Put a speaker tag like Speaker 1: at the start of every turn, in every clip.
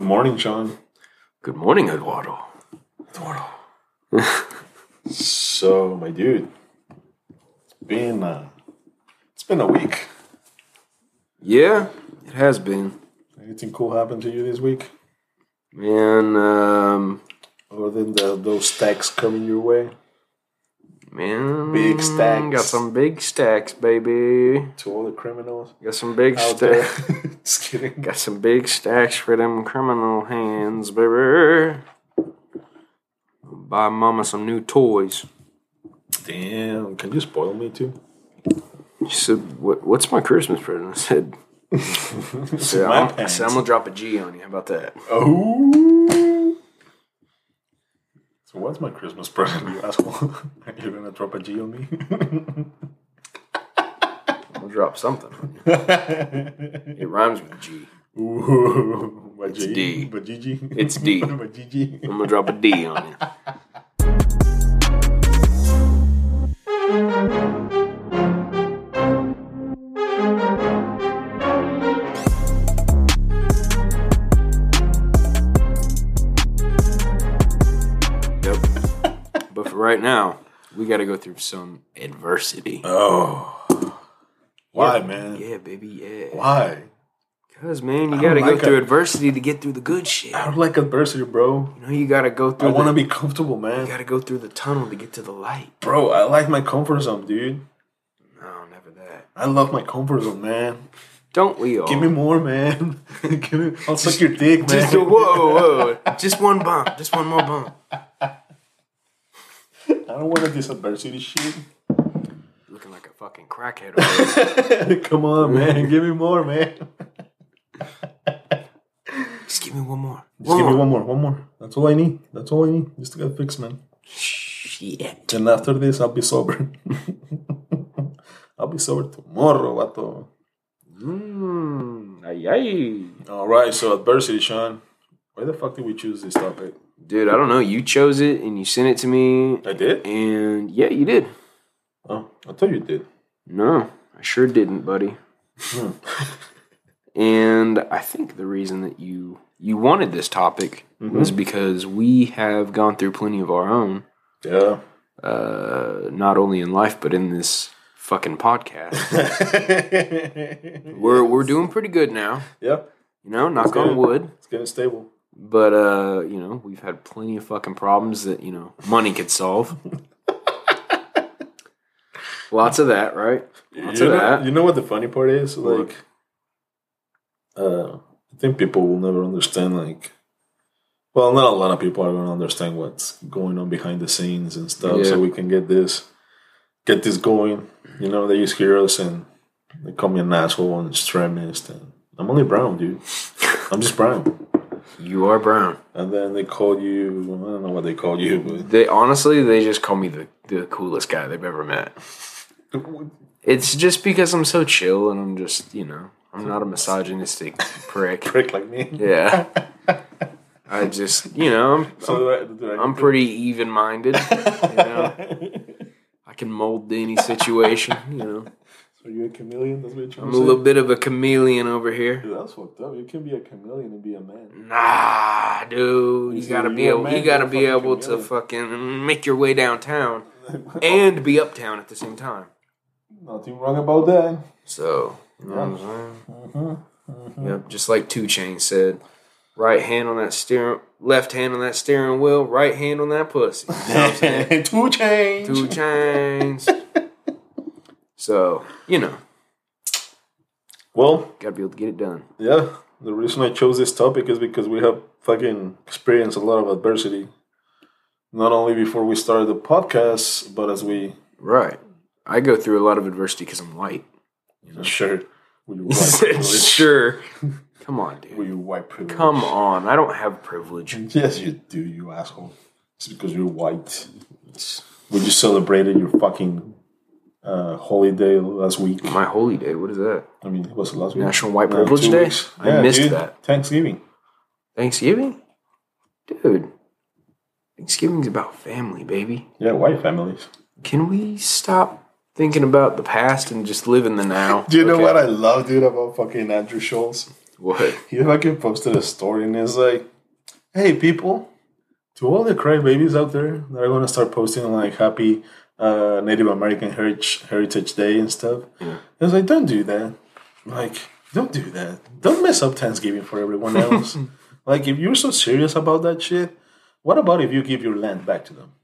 Speaker 1: morning, Sean.
Speaker 2: Good morning, Eduardo.
Speaker 1: So, my dude, it's been uh, it's been a week.
Speaker 2: Yeah, it has been.
Speaker 1: Anything cool happened to you this week,
Speaker 2: Man, um,
Speaker 1: other than the, those stacks coming your way?
Speaker 2: man.
Speaker 1: Big stacks.
Speaker 2: Got some big stacks, baby.
Speaker 1: To all the criminals
Speaker 2: Got some big
Speaker 1: out there.
Speaker 2: stacks.
Speaker 1: Just kidding.
Speaker 2: Got some big stacks for them criminal hands, baby. Buy mama some new toys.
Speaker 1: Damn, can you spoil me too?
Speaker 2: She said, what, What's my Christmas present? I said,
Speaker 1: In
Speaker 2: "Yeah,
Speaker 1: my
Speaker 2: I'm- I
Speaker 1: pants.
Speaker 2: said, I'm going to drop a G on you. How about that?
Speaker 1: Oh. So what's my Christmas present, you asshole? You're gonna drop a G on me?
Speaker 2: I'm going to drop something on you. It rhymes with G.
Speaker 1: Ooh, but it's
Speaker 2: D.
Speaker 1: But Gigi.
Speaker 2: It's D.
Speaker 1: But Gigi.
Speaker 2: I'm gonna drop a D on you. Yep. But for right now, we got to go through some adversity.
Speaker 1: Oh. Why, man?
Speaker 2: Yeah, baby, yeah.
Speaker 1: Why?
Speaker 2: Because, man, you
Speaker 1: I
Speaker 2: got to
Speaker 1: don't
Speaker 2: go
Speaker 1: like
Speaker 2: through
Speaker 1: it.
Speaker 2: adversity to get through the good shit.
Speaker 1: I don't like adversity, bro.
Speaker 2: You know, you got to go
Speaker 1: I
Speaker 2: through
Speaker 1: want
Speaker 2: the,
Speaker 1: to be comfortable,
Speaker 2: you
Speaker 1: man.
Speaker 2: gotta go through the tunnel to get to the light.
Speaker 1: Bro, I like my comfort zone, dude.
Speaker 2: No, never that.
Speaker 1: I love my comfort zone, man.
Speaker 2: Don't we all?
Speaker 1: Give me more, man. Give me, I'll suck your dick,
Speaker 2: just, whoa,
Speaker 1: man.
Speaker 2: whoa, whoa. just one bump. Just one more bump.
Speaker 1: I don't want this adversity shit.
Speaker 2: Looking like a fucking crackhead. Over here.
Speaker 1: Come on, man. Give me more, man.
Speaker 2: Just give me one more.
Speaker 1: Just give me one more, one more. That's all I need. That's all I need. Just to get fixed, man.
Speaker 2: Shit.
Speaker 1: And after this, I'll be sober. I'll be sober tomorrow, vato.
Speaker 2: Mmm. Ay, ay.
Speaker 1: All right, so adversity, Sean. Why the fuck did we choose this topic?
Speaker 2: Dude, I don't know. You chose it and you sent it to me.
Speaker 1: I did?
Speaker 2: And yeah, you did.
Speaker 1: Oh, I thought you did.
Speaker 2: No, I sure didn't, buddy.
Speaker 1: Hmm.
Speaker 2: and I think the reason that you you wanted this topic
Speaker 1: Mm-hmm.
Speaker 2: was because we have gone through plenty of our own.
Speaker 1: Yeah.
Speaker 2: uh, not only in life but in this fucking podcast. we're we're doing pretty good now,
Speaker 1: yeah,
Speaker 2: you know, knock on
Speaker 1: good.
Speaker 2: wood.
Speaker 1: it's getting stable.
Speaker 2: But uh, you know, we've had plenty of fucking problems that, you know, money could solve. Lots of that, right? Lots
Speaker 1: you,
Speaker 2: of
Speaker 1: know,
Speaker 2: that.
Speaker 1: you know what the funny part is?
Speaker 2: What?
Speaker 1: Like, uh, I think people will never understand. Like, well, not a lot of people are going to understand what's going on behind the scenes and stuff.
Speaker 2: Yeah.
Speaker 1: So we can get this, get this going. You know, they just hear us and they call me an asshole and extremist. And I'm only brown, dude. I'm just brown.
Speaker 2: You are brown.
Speaker 1: And then they call you. I don't know what they call you,
Speaker 2: They honestly they just call me the, the coolest guy they've ever met.
Speaker 1: but
Speaker 2: It's just because I'm so chill and I'm just, you know, I'm not a misogynistic prick.
Speaker 1: prick like me.
Speaker 2: Yeah. I just, you know, I'm
Speaker 1: So do I- do I get
Speaker 2: I'm
Speaker 1: to-
Speaker 2: pretty even minded. You know? I can mold any situation. You know,
Speaker 1: Are you a chameleon? That's what you're trying
Speaker 2: I'm
Speaker 1: to
Speaker 2: a
Speaker 1: say.
Speaker 2: little bit of a chameleon over here.
Speaker 1: Dude, that's fucked up. You can be a chameleon and be a man.
Speaker 2: Nah, dude, you
Speaker 1: See,
Speaker 2: gotta be
Speaker 1: you're a
Speaker 2: able,
Speaker 1: man,
Speaker 2: you gotta
Speaker 1: you're a
Speaker 2: be
Speaker 1: fucking
Speaker 2: able to
Speaker 1: chameleon.
Speaker 2: fucking make your way downtown and be uptown at the same time.
Speaker 1: Nothing wrong about that.
Speaker 2: So, you know what I'm
Speaker 1: Mm-hmm,
Speaker 2: saying? Yep, just like Two Chain said, right hand on that steering, left hand on that steering wheel, right hand on that pussy. You know what I'm saying?
Speaker 1: Two change.
Speaker 2: Two chains. so, you know,
Speaker 1: Well,
Speaker 2: gotta be able to get it done.
Speaker 1: yeah. The reason I chose this topic is because we have fucking experienced a lot of adversity. Not only before we started the podcast, but as we
Speaker 2: Right. I go through a lot of adversity because I'm white.
Speaker 1: sure we white privilege.
Speaker 2: sure. Come on, dude.
Speaker 1: We white privilege.
Speaker 2: Come on. I don't have privilege.
Speaker 1: Yes, you do, you asshole. It's because you're white. We just celebrated your fucking uh, holiday last week.
Speaker 2: My holy day. What is that?
Speaker 1: I mean, it was last week.
Speaker 2: National White
Speaker 1: No,
Speaker 2: Privilege
Speaker 1: two
Speaker 2: Day?
Speaker 1: weeks.
Speaker 2: I missed
Speaker 1: dude.
Speaker 2: that.
Speaker 1: Thanksgiving.
Speaker 2: Thanksgiving? Dude. Thanksgiving's about family, baby.
Speaker 1: Yeah, white families.
Speaker 2: Can we stop thinking about the past and just live in the now?
Speaker 1: Do you know
Speaker 2: Okay.
Speaker 1: what I love, dude, about fucking Andrew Schultz?
Speaker 2: What?
Speaker 1: He fucking posted a story and it's like, hey, people, to all the crybabies out there that are going to start posting like happy uh, Native American Heritage, Heritage Day and stuff.
Speaker 2: Yeah.
Speaker 1: I was like, don't do that. Like, don't do that. Don't mess up Thanksgiving for everyone else. like, if you're so serious about that shit, what about if you give your land back to them?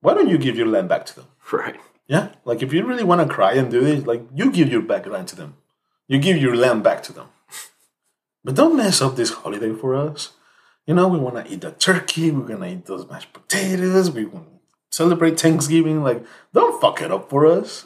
Speaker 1: Why don't you give your land back to them?
Speaker 2: Right.
Speaker 1: Yeah. Like, if you really want to cry and do it, like, you give your back land to them. You give your land back to them. But don't mess up this holiday for us. You know, we want to eat the turkey. We're going to eat those mashed potatoes. We want to celebrate Thanksgiving. Like, don't fuck it up for us.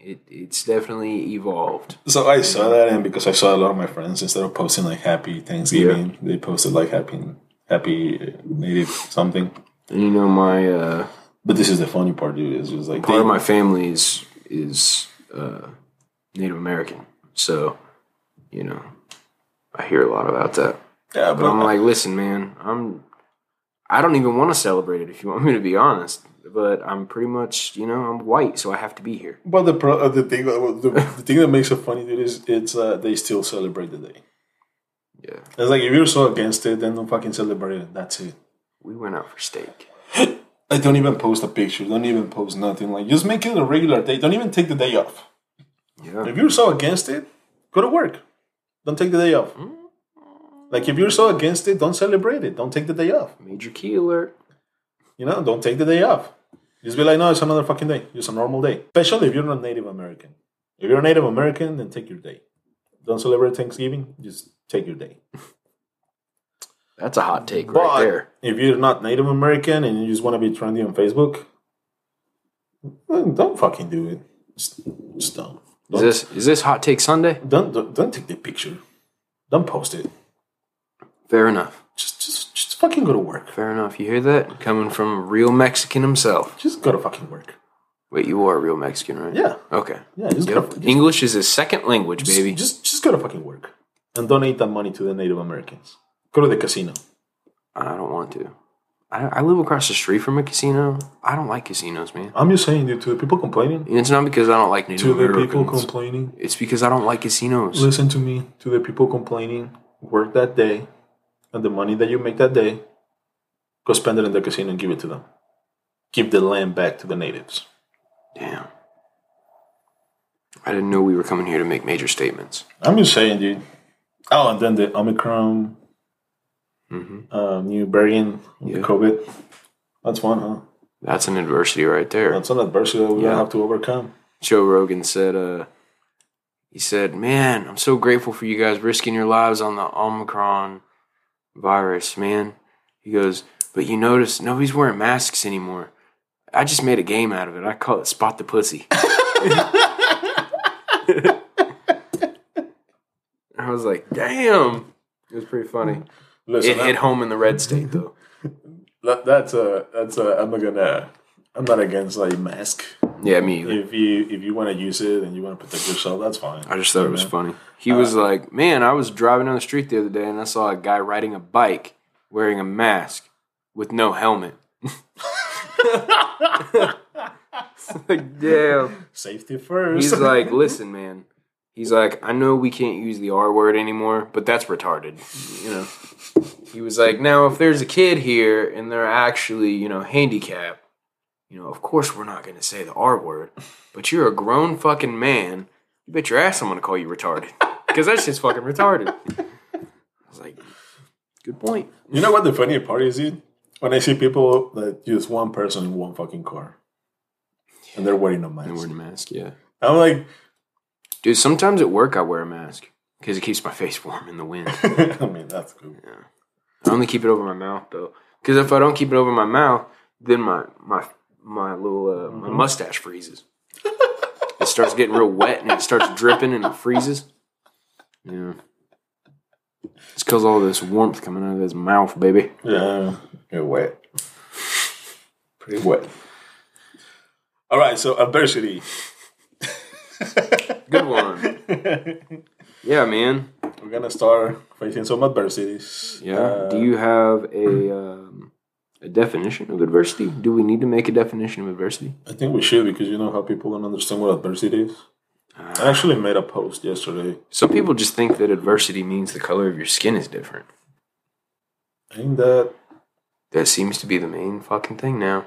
Speaker 2: It, it's definitely evolved.
Speaker 1: So I saw that, and because I saw a lot of my friends, instead of posting like Happy Thanksgiving, they posted like Happy Happy Native something.
Speaker 2: And you know, my uh,
Speaker 1: But this is the funny part, dude. Is just like
Speaker 2: part
Speaker 1: they-
Speaker 2: of my family is is uh, Native American, so you know, I hear a lot about that.
Speaker 1: yeah,
Speaker 2: But I'm like, listen, man, I'm I don't even want to celebrate it if you want me to be honest. But I'm pretty much, you know, I'm white, so I have to be here.
Speaker 1: but the pro- uh, the thing the, the thing that makes it funny, dude, is it's uh, they still celebrate the day.
Speaker 2: Yeah,
Speaker 1: It's like if you're so against it, then don't fucking celebrate it. That's it.
Speaker 2: we went out for steak.
Speaker 1: I don't even post a picture. Don't even post nothing. Like just make it a regular day. Don't even take the day off.
Speaker 2: Yeah,
Speaker 1: If you're so against it, go to work. Don't take the day off. Like if you're so against it, don't celebrate it. Don't take the day off.
Speaker 2: major key alert.
Speaker 1: You know, don't take the day off. Just be like, no, it's another fucking day. It's a normal day. Especially if you're not Native American. If you're Native American, then take your day. Don't celebrate Thanksgiving. Just take your day.
Speaker 2: That's a hot take
Speaker 1: But
Speaker 2: right there.
Speaker 1: if you're not Native American and you just want to be trendy on Facebook, then don't fucking do it. Just, just don't.
Speaker 2: Is
Speaker 1: Don't,
Speaker 2: this is this hot take Sunday?
Speaker 1: don't don't don't take the picture. Don't post it.
Speaker 2: Fair enough.
Speaker 1: Just just just fucking go to work.
Speaker 2: Fair enough. You hear that? Coming from a real Mexican himself.
Speaker 1: Just go to fucking work.
Speaker 2: Wait, you are a real Mexican, right?
Speaker 1: Yeah.
Speaker 2: Okay.
Speaker 1: Yeah, just go
Speaker 2: Yep.
Speaker 1: to,
Speaker 2: English is his second language, baby.
Speaker 1: Just just go to fucking work. And donate that money to the Native Americans. Go to the casino.
Speaker 2: I don't want to. I, I live across the street from a casino. I don't like casinos, man.
Speaker 1: I'm just saying, dude, to the people complaining.
Speaker 2: And it's not because I don't like Native
Speaker 1: To the
Speaker 2: Americans.
Speaker 1: people complaining.
Speaker 2: it's because I don't like casinos.
Speaker 1: Listen to me. To the people complaining. Work that day. And the money that you make that day, go spend it in the casino and give it to them. Give the land back to the natives.
Speaker 2: Damn. I didn't know we were coming here to make major statements.
Speaker 1: I'm just saying, dude. Oh, and then the Omicron
Speaker 2: hmm
Speaker 1: uh, new variant, of
Speaker 2: Yeah.
Speaker 1: COVID. That's one, huh?
Speaker 2: That's an adversity right there.
Speaker 1: That's an adversity that we're
Speaker 2: Yeah.
Speaker 1: gonna have to overcome.
Speaker 2: Joe Rogan said, uh, he said, man, I'm so grateful for you guys risking your lives on the Omicron virus, man. He goes, but you notice nobody's wearing masks anymore. I just made a game out of it. I call it Spot the Pussy. I was like, damn. It was pretty funny.
Speaker 1: Listen,
Speaker 2: It hit home in the red state, though.
Speaker 1: that, that's a that's a. I'm not gonna. I'm not against like mask.
Speaker 2: Yeah, me either.
Speaker 1: If you if you want to use it and you want to protect yourself, that's fine.
Speaker 2: I just thought it was funny. He was like, "Man, I was driving down the street the other day and I saw a guy riding a bike wearing a mask with no helmet." like, damn.
Speaker 1: Safety first.
Speaker 2: He's like, "Listen, man." He's like, "I know we can't use the R word anymore, but that's retarded." You know. He was like, "Now, if there's a kid here and they're actually, you know, handicapped, you know, of course we're not going to say the R word, but you're a grown fucking man. You bet your ass I'm going to call you retarded because that shit's fucking retarded. I was like, good point.
Speaker 1: you know what the funny part is? It when I see people that use one person in one fucking car, and they're wearing a mask.
Speaker 2: And wearing a mask, yeah.
Speaker 1: I'm like,
Speaker 2: Dude, sometimes at work I wear a mask because it keeps my face warm in the wind.
Speaker 1: I mean, that's cool.
Speaker 2: I only keep it over my mouth though, because if I don't keep it over my mouth, then my my my little uh, my mustache freezes. it starts getting real wet and it starts dripping and it freezes. Yeah, it's because all this warmth coming out of his mouth, baby.
Speaker 1: Yeah, you're wet. Pretty wet. All right, so adversity.
Speaker 2: Good one. yeah, man.
Speaker 1: We're gonna start facing some adversities.
Speaker 2: Yeah.
Speaker 1: Uh,
Speaker 2: Do you have a um, a definition of adversity? Do we need to make a definition of adversity?
Speaker 1: I think we should because you know how people don't understand what adversity is.
Speaker 2: Ah.
Speaker 1: I actually made a post yesterday.
Speaker 2: Some people just think that adversity means the color of your skin is different.
Speaker 1: Ain't that
Speaker 2: That seems to be the main fucking thing now.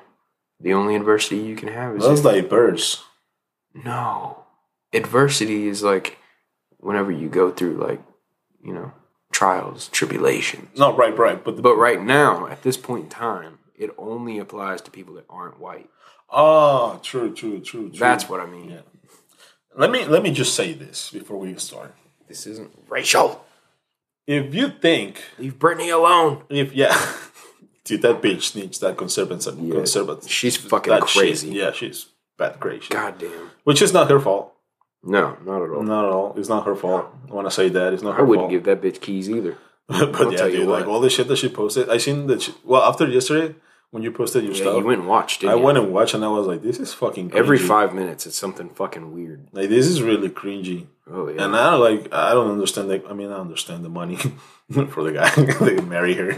Speaker 2: The only adversity you can have is
Speaker 1: that's diverse?
Speaker 2: no. Adversity is like whenever you go through like, you know, trials, tribulations.
Speaker 1: No, right, right. But, the,
Speaker 2: But right now, at this point in time, it only applies to people that aren't white.
Speaker 1: oh, true, true, true, true.
Speaker 2: That's what I mean.
Speaker 1: Yeah. let me let me just say this before we start.
Speaker 2: This isn't racial.
Speaker 1: If you think
Speaker 2: Leave Brittany alone.
Speaker 1: if yeah, dude, that bitch needs that conservative conservative.
Speaker 2: She's fucking
Speaker 1: That
Speaker 2: crazy.
Speaker 1: shit. yeah, she's bad crazy.
Speaker 2: Goddamn.
Speaker 1: Which is not her fault.
Speaker 2: No, not at all.
Speaker 1: Not at all. It's not her fault. I want to say that it's not
Speaker 2: I
Speaker 1: her fault.
Speaker 2: wouldn't give that bitch keys either.
Speaker 1: but yeah,
Speaker 2: tell you
Speaker 1: dude, like
Speaker 2: what.
Speaker 1: all the shit that she posted, I seen that. She, well, after yesterday when you posted your
Speaker 2: Yeah,
Speaker 1: stuff,
Speaker 2: you went and watched it.
Speaker 1: I went and watched, and I was like, this is fucking cringy.
Speaker 2: Every five minutes, it's something fucking weird.
Speaker 1: like this is really cringy.
Speaker 2: Oh yeah.
Speaker 1: And I like I don't understand. Like I mean, I understand the money for the guy they marry her,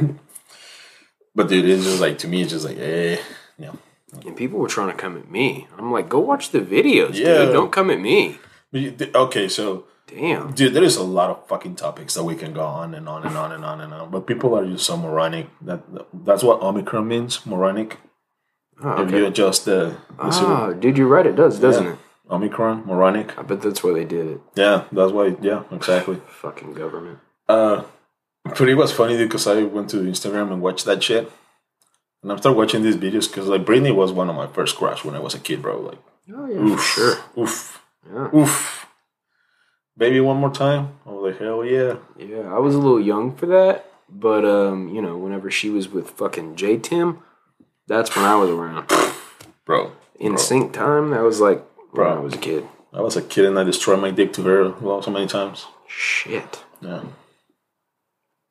Speaker 1: but dude, it's just like to me, it's just like eh, yeah.
Speaker 2: And people were trying to come at me. I'm like, go watch the videos,
Speaker 1: Yeah.
Speaker 2: dude. Don't come at me.
Speaker 1: But you- Okay, so
Speaker 2: Damn.
Speaker 1: dude, there is a lot of fucking topics that we can go on and on and on and on and on. But people are just so moronic. That that's what Omicron means, moronic.
Speaker 2: Oh,
Speaker 1: If you
Speaker 2: okay.
Speaker 1: adjust the, the syrup,
Speaker 2: Ah, dude, you're right. It does, doesn't it?
Speaker 1: Omicron, moronic.
Speaker 2: I bet that's where they did it.
Speaker 1: Yeah, that's why. Yeah, exactly.
Speaker 2: Fucking government.
Speaker 1: Uh, but it was funny because I went to Instagram and watched that shit, and I started watching these videos because like Britney was one of my first crush when I was a kid, bro. Like,
Speaker 2: Oh yeah, for sure.
Speaker 1: oof,
Speaker 2: Yeah.
Speaker 1: oof, baby, one more time. I was like, hell yeah,
Speaker 2: Yeah, I was a little young for that, but um, you know, whenever she was with fucking J Tim, that's when I was around.
Speaker 1: bro.
Speaker 2: In sync time, that was like when I
Speaker 1: Bro.
Speaker 2: was a kid.
Speaker 1: I was a kid and I destroyed my dick to her well, so many times.
Speaker 2: Shit.
Speaker 1: Yeah,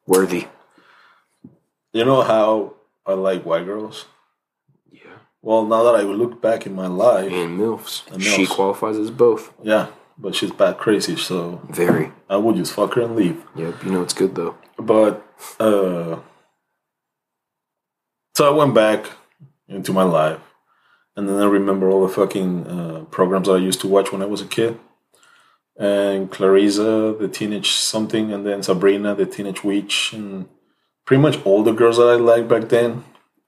Speaker 2: Worthy.
Speaker 1: you know how I like white girls.
Speaker 2: Yeah.
Speaker 1: Well, now that I look back in my life,
Speaker 2: And MILFs.
Speaker 1: And
Speaker 2: She
Speaker 1: MILFs.
Speaker 2: qualifies as both.
Speaker 1: yeah, but she's bad crazy, so
Speaker 2: Very.
Speaker 1: I would just fuck her and leave.
Speaker 2: Yep, you know it's good though.
Speaker 1: But uh so I went back into my life, and then I remember all the fucking uh, programs that I used to watch when I was a kid, and Clarissa, the teenage something, and then Sabrina, the teenage witch, and pretty much all the girls that I liked back then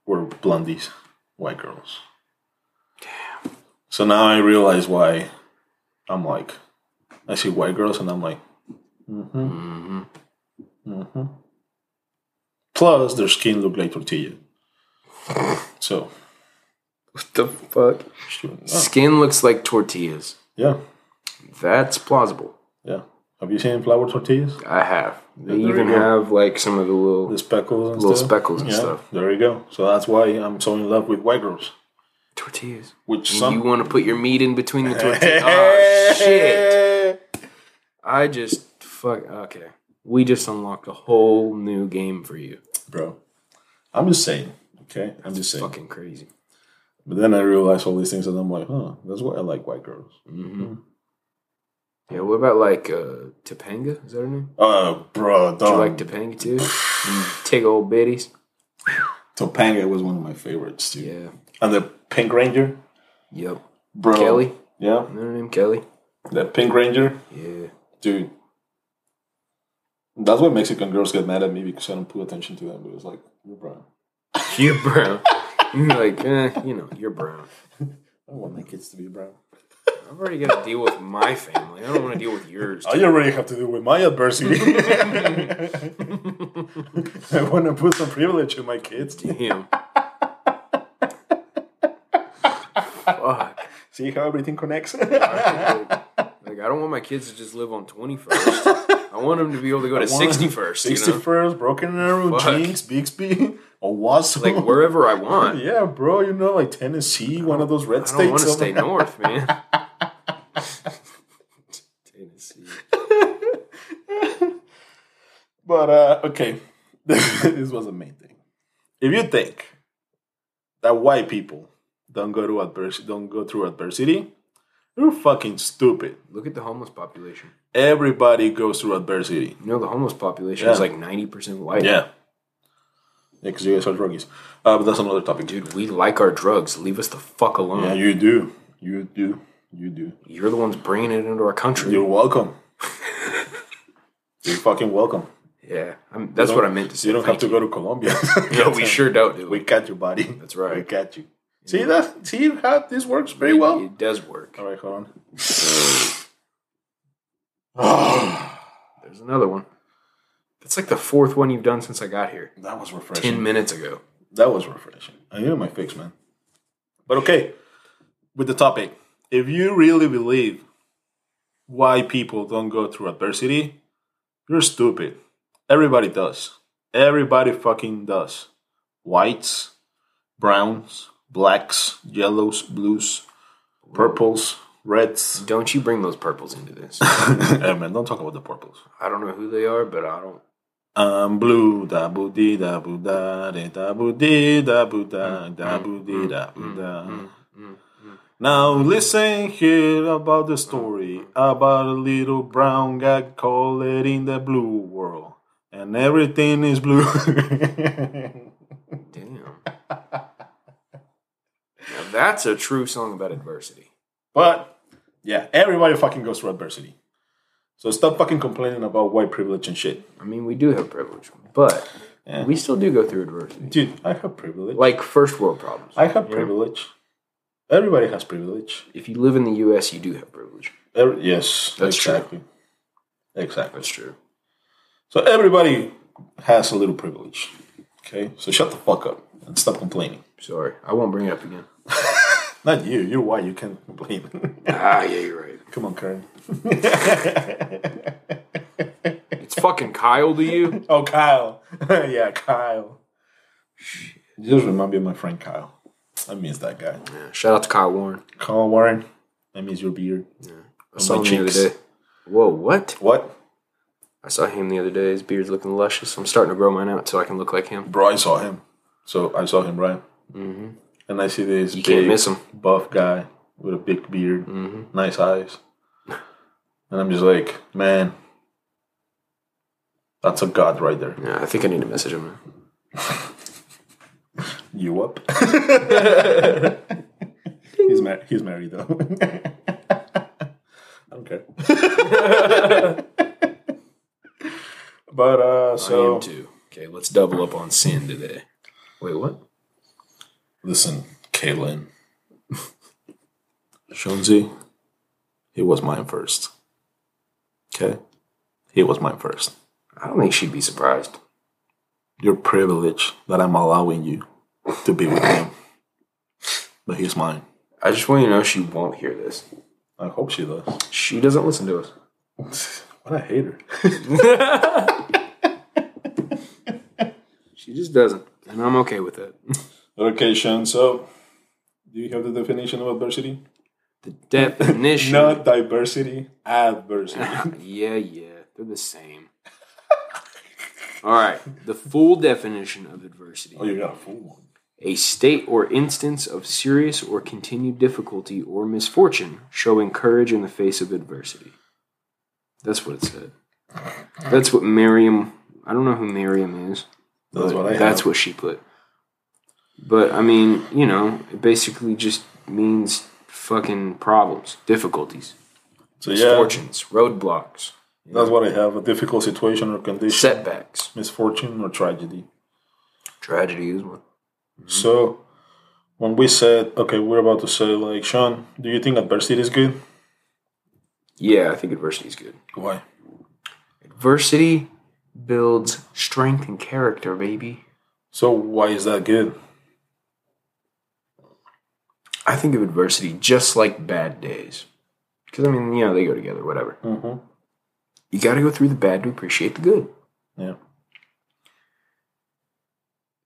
Speaker 1: were blondies, white girls. Damn. So now I realize why I'm like, I see white girls, and I'm like,
Speaker 2: Mm-hmm.
Speaker 1: Plus, their skin looked like tortilla. So,
Speaker 2: What the fuck?
Speaker 1: Oh.
Speaker 2: Skin looks like tortillas.
Speaker 1: yeah,
Speaker 2: That's plausible.
Speaker 1: yeah. Have you seen flour tortillas?
Speaker 2: I have. They
Speaker 1: There
Speaker 2: even
Speaker 1: you go.
Speaker 2: have like some of the little
Speaker 1: The speckles and
Speaker 2: Little
Speaker 1: stuff.
Speaker 2: speckles and
Speaker 1: yeah,
Speaker 2: stuff.
Speaker 1: There you go. So that's why I'm so in love with white girls.
Speaker 2: tortillas.
Speaker 1: Which
Speaker 2: And
Speaker 1: some
Speaker 2: you want to put your meat in between the tortillas? oh shit. I just fuck. Okay, we just unlocked a whole new game for you.
Speaker 1: bro. I'm just saying. Okay, I'm just saying.
Speaker 2: Fucking crazy.
Speaker 1: But then I realized all these things, and I'm like, huh, that's why I like white girls.
Speaker 2: hmm Yeah. What about like uh, Topanga? Is that her name?
Speaker 1: Oh, bro,
Speaker 2: Do you
Speaker 1: dog.
Speaker 2: like Topanga too? You Take old biddies.
Speaker 1: Topanga was one of my favorites too.
Speaker 2: Yeah.
Speaker 1: And the Pink Ranger,
Speaker 2: Yep.
Speaker 1: bro.
Speaker 2: Kelly.
Speaker 1: Yeah,
Speaker 2: Is that her name Kelly?
Speaker 1: the Pink Ranger.
Speaker 2: Yeah.
Speaker 1: dude. That's why Mexican girls get mad at me because I don't put attention to them. But it's like you're brown.
Speaker 2: You're brown. You're like, eh, you know, you're brown.
Speaker 1: I don't want my kids to be brown.
Speaker 2: I've already got to deal with my family. I don't want to deal with yours.
Speaker 1: I Oh, already have to deal with my adversity. I want to put some privilege in my kids.
Speaker 2: Damn. Fuck.
Speaker 1: See how everything connects.
Speaker 2: Like I don't want my kids to just live on twenty first. I want them to be able to go to sixty first.
Speaker 1: sixty
Speaker 2: You know?
Speaker 1: first, Broken Arrow,
Speaker 2: Fuck.
Speaker 1: Jinx, Bixby, Owasso.
Speaker 2: like wherever I want.
Speaker 1: yeah, bro, you know, like Tennessee, one of those red
Speaker 2: I don't want
Speaker 1: states.
Speaker 2: to stay north, man. Tennessee.
Speaker 1: But uh, okay, this was the main thing. If you think that white people don't go to advers- don't go through adversity, you're fucking stupid.
Speaker 2: Look at the homeless population.
Speaker 1: Everybody goes through adversity.
Speaker 2: You know the homeless population is
Speaker 1: Yeah.
Speaker 2: like ninety percent white.
Speaker 1: Yeah, because you guys are druggies. Uh, but that's another topic.
Speaker 2: Dude, we like our drugs. Leave us the fuck alone.
Speaker 1: Yeah, you do. You do. You do.
Speaker 2: You're the ones bringing it into our country.
Speaker 1: You're welcome. You're fucking welcome.
Speaker 2: Yeah, I'm, that's what I meant to say.
Speaker 1: You don't have
Speaker 2: Thank
Speaker 1: to go to Colombia.
Speaker 2: you. No, we sure don't. Do
Speaker 1: We got your body.
Speaker 2: That's right.
Speaker 1: We got you. See that? See how this works very well.
Speaker 2: It does work.
Speaker 1: All right, hold on.
Speaker 2: There's another one. That's like the fourth one you've done since I got here.
Speaker 1: that was refreshing.
Speaker 2: Ten minutes ago.
Speaker 1: That was refreshing. I knew my fix, man. But okay, with the topic, if you really believe why people don't go through adversity, you're stupid. Everybody does. Everybody fucking does. Whites, browns, blacks, yellows, blues, purples, reds.
Speaker 2: Don't you bring those purples into this?
Speaker 1: hey man, don't talk about the purples.
Speaker 2: I don't know who they are, but I don't.
Speaker 1: I'm Um, blue, da boo dee da boo da de da boo dee da boo da da boo dee da boo da. mm. Now listen here about the story about a little brown guy called it in the blue world, and everything is blue.
Speaker 2: Damn. now that's a true song about adversity.
Speaker 1: but yeah, everybody fucking goes through adversity. So stop fucking complaining about white privilege and shit,
Speaker 2: I mean, we do have privilege, but we still do go through adversity.
Speaker 1: dude. I have privilege.
Speaker 2: Like first world problems.
Speaker 1: I have privilege. Everybody has privilege.
Speaker 2: if you live in the U.S., you do have privilege.
Speaker 1: Every, yes,
Speaker 2: That's true.
Speaker 1: exactly. Exactly.
Speaker 2: That's true.
Speaker 1: So everybody has a little privilege. Okay? So shut the fuck up and stop complaining.
Speaker 2: Sorry, I won't bring it up again.
Speaker 1: Not you. You're white. You can't complain.
Speaker 2: ah, yeah, you're right.
Speaker 1: Come on, Karen.
Speaker 2: It's fucking Kyle to you.
Speaker 1: Oh, Kyle. yeah, Kyle. Just remind me of my friend Kyle. I miss that guy.
Speaker 2: Yeah, shout out to Kyle Warren.
Speaker 1: Kyle Warren. I miss your beard.
Speaker 2: I saw him
Speaker 1: my
Speaker 2: the other
Speaker 1: cheeks.
Speaker 2: day. Whoa, what?
Speaker 1: What?
Speaker 2: I saw him the other day. His beard's looking luscious. I'm starting to grow mine out so I can look like him.
Speaker 1: Bro, I saw him. So I saw him, right? Mm-hmm. And I see this
Speaker 2: You can't miss him.
Speaker 1: buff guy with a big beard,
Speaker 2: Mm-hmm.
Speaker 1: nice eyes. And I'm just like, man, that's a god right there.
Speaker 2: Yeah, I think I need to message him. now.
Speaker 1: You up? he's, mar- he's married though. I don't care. but uh,
Speaker 2: I am
Speaker 1: so
Speaker 2: too. Okay, let's double up on sin today. Wait, what?
Speaker 1: listen, Kaylin, Shunzi, he was mine first. Okay, he was mine first.
Speaker 2: I don't think she'd be surprised.
Speaker 1: your privilege that I'm allowing you to be with him. But he's mine.
Speaker 2: I just want you to know she won't hear this.
Speaker 1: I hope she does.
Speaker 2: She doesn't listen to us.
Speaker 1: What a hater.
Speaker 2: She just doesn't, and I'm okay with that.
Speaker 1: okay, Sean, so do you have the definition of adversity?
Speaker 2: The definition.
Speaker 1: Not diversity, adversity.
Speaker 2: Yeah, yeah, they're the same. All right, the full definition of adversity.
Speaker 1: oh, you got a full one.
Speaker 2: A state or instance of serious or continued difficulty or misfortune, showing courage in the face of adversity. That's what it said. That's what Miriam. I don't know who Miriam is.
Speaker 1: That's
Speaker 2: but
Speaker 1: what I have.
Speaker 2: That's what she put. But I mean, you know, it basically just means fucking problems, difficulties,
Speaker 1: so, yeah,
Speaker 2: misfortunes, roadblocks,
Speaker 1: that's what I have a difficult situation or condition,
Speaker 2: setbacks.
Speaker 1: misfortune or tragedy.
Speaker 2: Tragedy is one.
Speaker 1: Mm-hmm. So, when we said, okay, we're about to say, like, Sean, do you think adversity is good?
Speaker 2: Yeah, I think adversity is good.
Speaker 1: Why?
Speaker 2: Adversity builds strength and character, baby.
Speaker 1: So, why is that good?
Speaker 2: I think of adversity just like bad days. Because, I mean, you know, they go together, whatever.
Speaker 1: Mm-hmm.
Speaker 2: You got to go through the bad to appreciate the good.
Speaker 1: Yeah.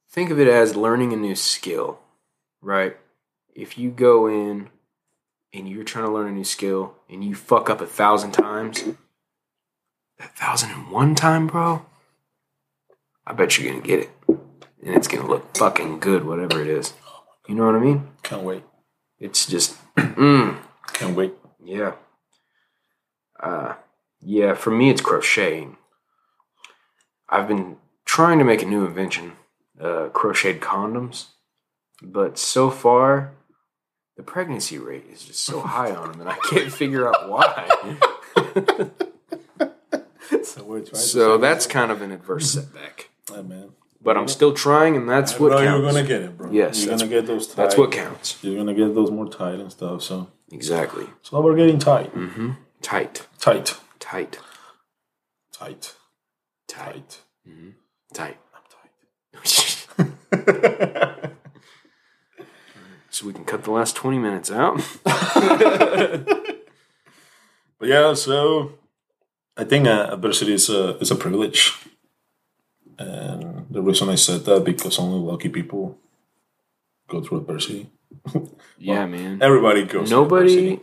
Speaker 2: Think of it as learning a new skill, right? If you go in and you're trying to learn a new skill and you fuck up a thousand times, that thousand and one time, bro, I bet you're going to get it. And it's going to look fucking good, whatever it is. You know what I mean?
Speaker 1: Can't wait.
Speaker 2: It's just, mm,
Speaker 1: Can't wait.
Speaker 2: Yeah. Uh, yeah, for me, it's crocheting. I've been trying to make a new invention, uh, crocheted condoms, but so far, the pregnancy rate is just so high on them, and I can't figure out why.
Speaker 1: So we're trying
Speaker 2: So that's kind of an adverse setback.
Speaker 1: to say, man.
Speaker 2: But I'm still trying, and that's what
Speaker 1: Bro, you're
Speaker 2: counts.
Speaker 1: gonna get it, bro.
Speaker 2: Yes,
Speaker 1: you're gonna get those. Tight.
Speaker 2: That's what counts.
Speaker 1: You're gonna get those more tight and stuff. So
Speaker 2: Exactly.
Speaker 1: it's all about getting tight,
Speaker 2: Mm. Tight,
Speaker 1: tight,
Speaker 2: tight,
Speaker 1: tight,
Speaker 2: tight,
Speaker 1: tight.
Speaker 2: tight.
Speaker 1: I'm tight.
Speaker 2: so we can cut the last 20 minutes out.
Speaker 1: But yeah, so I think uh, adversity is a is a privilege, and the reason I said that because only lucky people go through adversity.
Speaker 2: Yeah, man.
Speaker 1: Everybody goes. through
Speaker 2: Nobody,
Speaker 1: adversity.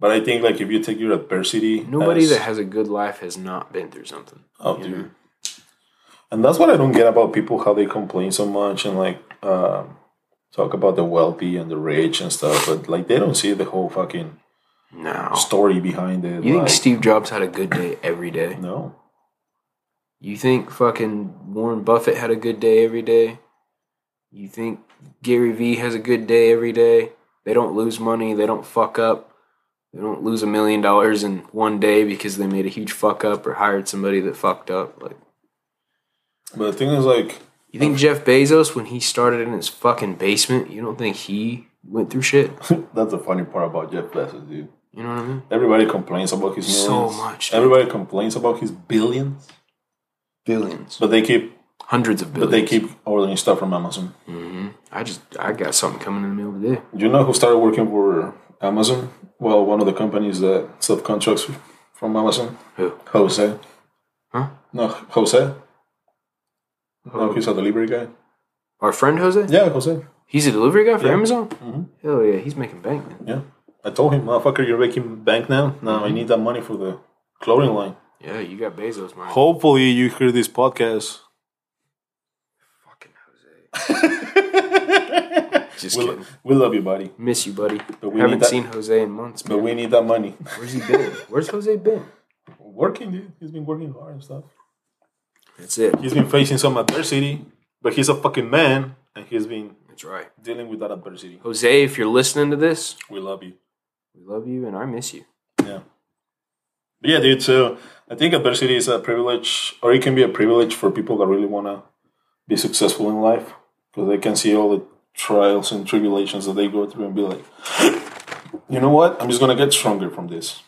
Speaker 1: But I think like if you take your adversity,
Speaker 2: nobody
Speaker 1: as-
Speaker 2: that has a good life has not been through something.
Speaker 1: Oh, dude. And that's what I don't get about people how they complain so much and like um, talk about the wealthy and the rich and stuff, but like they don't see the whole fucking
Speaker 2: No.
Speaker 1: story behind it.
Speaker 2: You think
Speaker 1: like,
Speaker 2: Steve Jobs had a good day every day?
Speaker 1: no,
Speaker 2: You think fucking Warren Buffett had a good day every day? You think Gary Vee has a good day every day? They don't lose money. They don't fuck up. They don't lose a million dollars in one day because they made a huge fuck up or hired somebody that fucked up. Like,
Speaker 1: but the thing is like Oh.
Speaker 2: you think Jeff Bezos, when he started in his fucking basement, you don't think he went through shit?
Speaker 1: that's the funny part about Jeff Bezos, dude.
Speaker 2: You know what I mean?
Speaker 1: Everybody complains about his
Speaker 2: So
Speaker 1: millions.
Speaker 2: much, dude.
Speaker 1: Everybody complains about his billions,
Speaker 2: Billions,
Speaker 1: but they keep
Speaker 2: hundreds of billions.
Speaker 1: but they keep ordering stuff from Amazon.
Speaker 2: I just, I got something coming in the middle of the day.
Speaker 1: Do you know who started working for Amazon? Well, one of the companies that subcontracts from Amazon.
Speaker 2: Who?
Speaker 1: Jose.
Speaker 2: Huh?
Speaker 1: No, Jose. No, he's a delivery guy.
Speaker 2: Our friend Jose?
Speaker 1: Yeah, Jose.
Speaker 2: He's a delivery guy for Amazon?
Speaker 1: Mm-hmm.
Speaker 2: Hell yeah, he's making bank, man.
Speaker 1: Yeah. I told him, motherfucker, you're making bank now. Now I need that money for the clothing line.
Speaker 2: Yeah, you got Bezos, man.
Speaker 1: Hopefully, you hear this podcast.
Speaker 2: Fucking Jose. Just
Speaker 1: We'll,
Speaker 2: kidding.
Speaker 1: we love you, buddy.
Speaker 2: Miss you, buddy.
Speaker 1: we need
Speaker 2: Haven't
Speaker 1: that-
Speaker 2: seen Jose in months,
Speaker 1: But
Speaker 2: man.
Speaker 1: we need that money.
Speaker 2: Where's he been? Where's Jose been?
Speaker 1: working, dude. He's been working hard and stuff.
Speaker 2: That's it.
Speaker 1: He's been facing some adversity, but he's a fucking man and he's been
Speaker 2: That's right.
Speaker 1: dealing with that adversity.
Speaker 2: Jose, if you're listening to this,
Speaker 1: We love you.
Speaker 2: we love you and I miss you.
Speaker 1: Yeah. But yeah, dude. So I think adversity is a privilege, or it can be a privilege for people that really want to be successful in life because they can see all the trials and tribulations that they go through and be like, you know what? I'm just going to get stronger from this,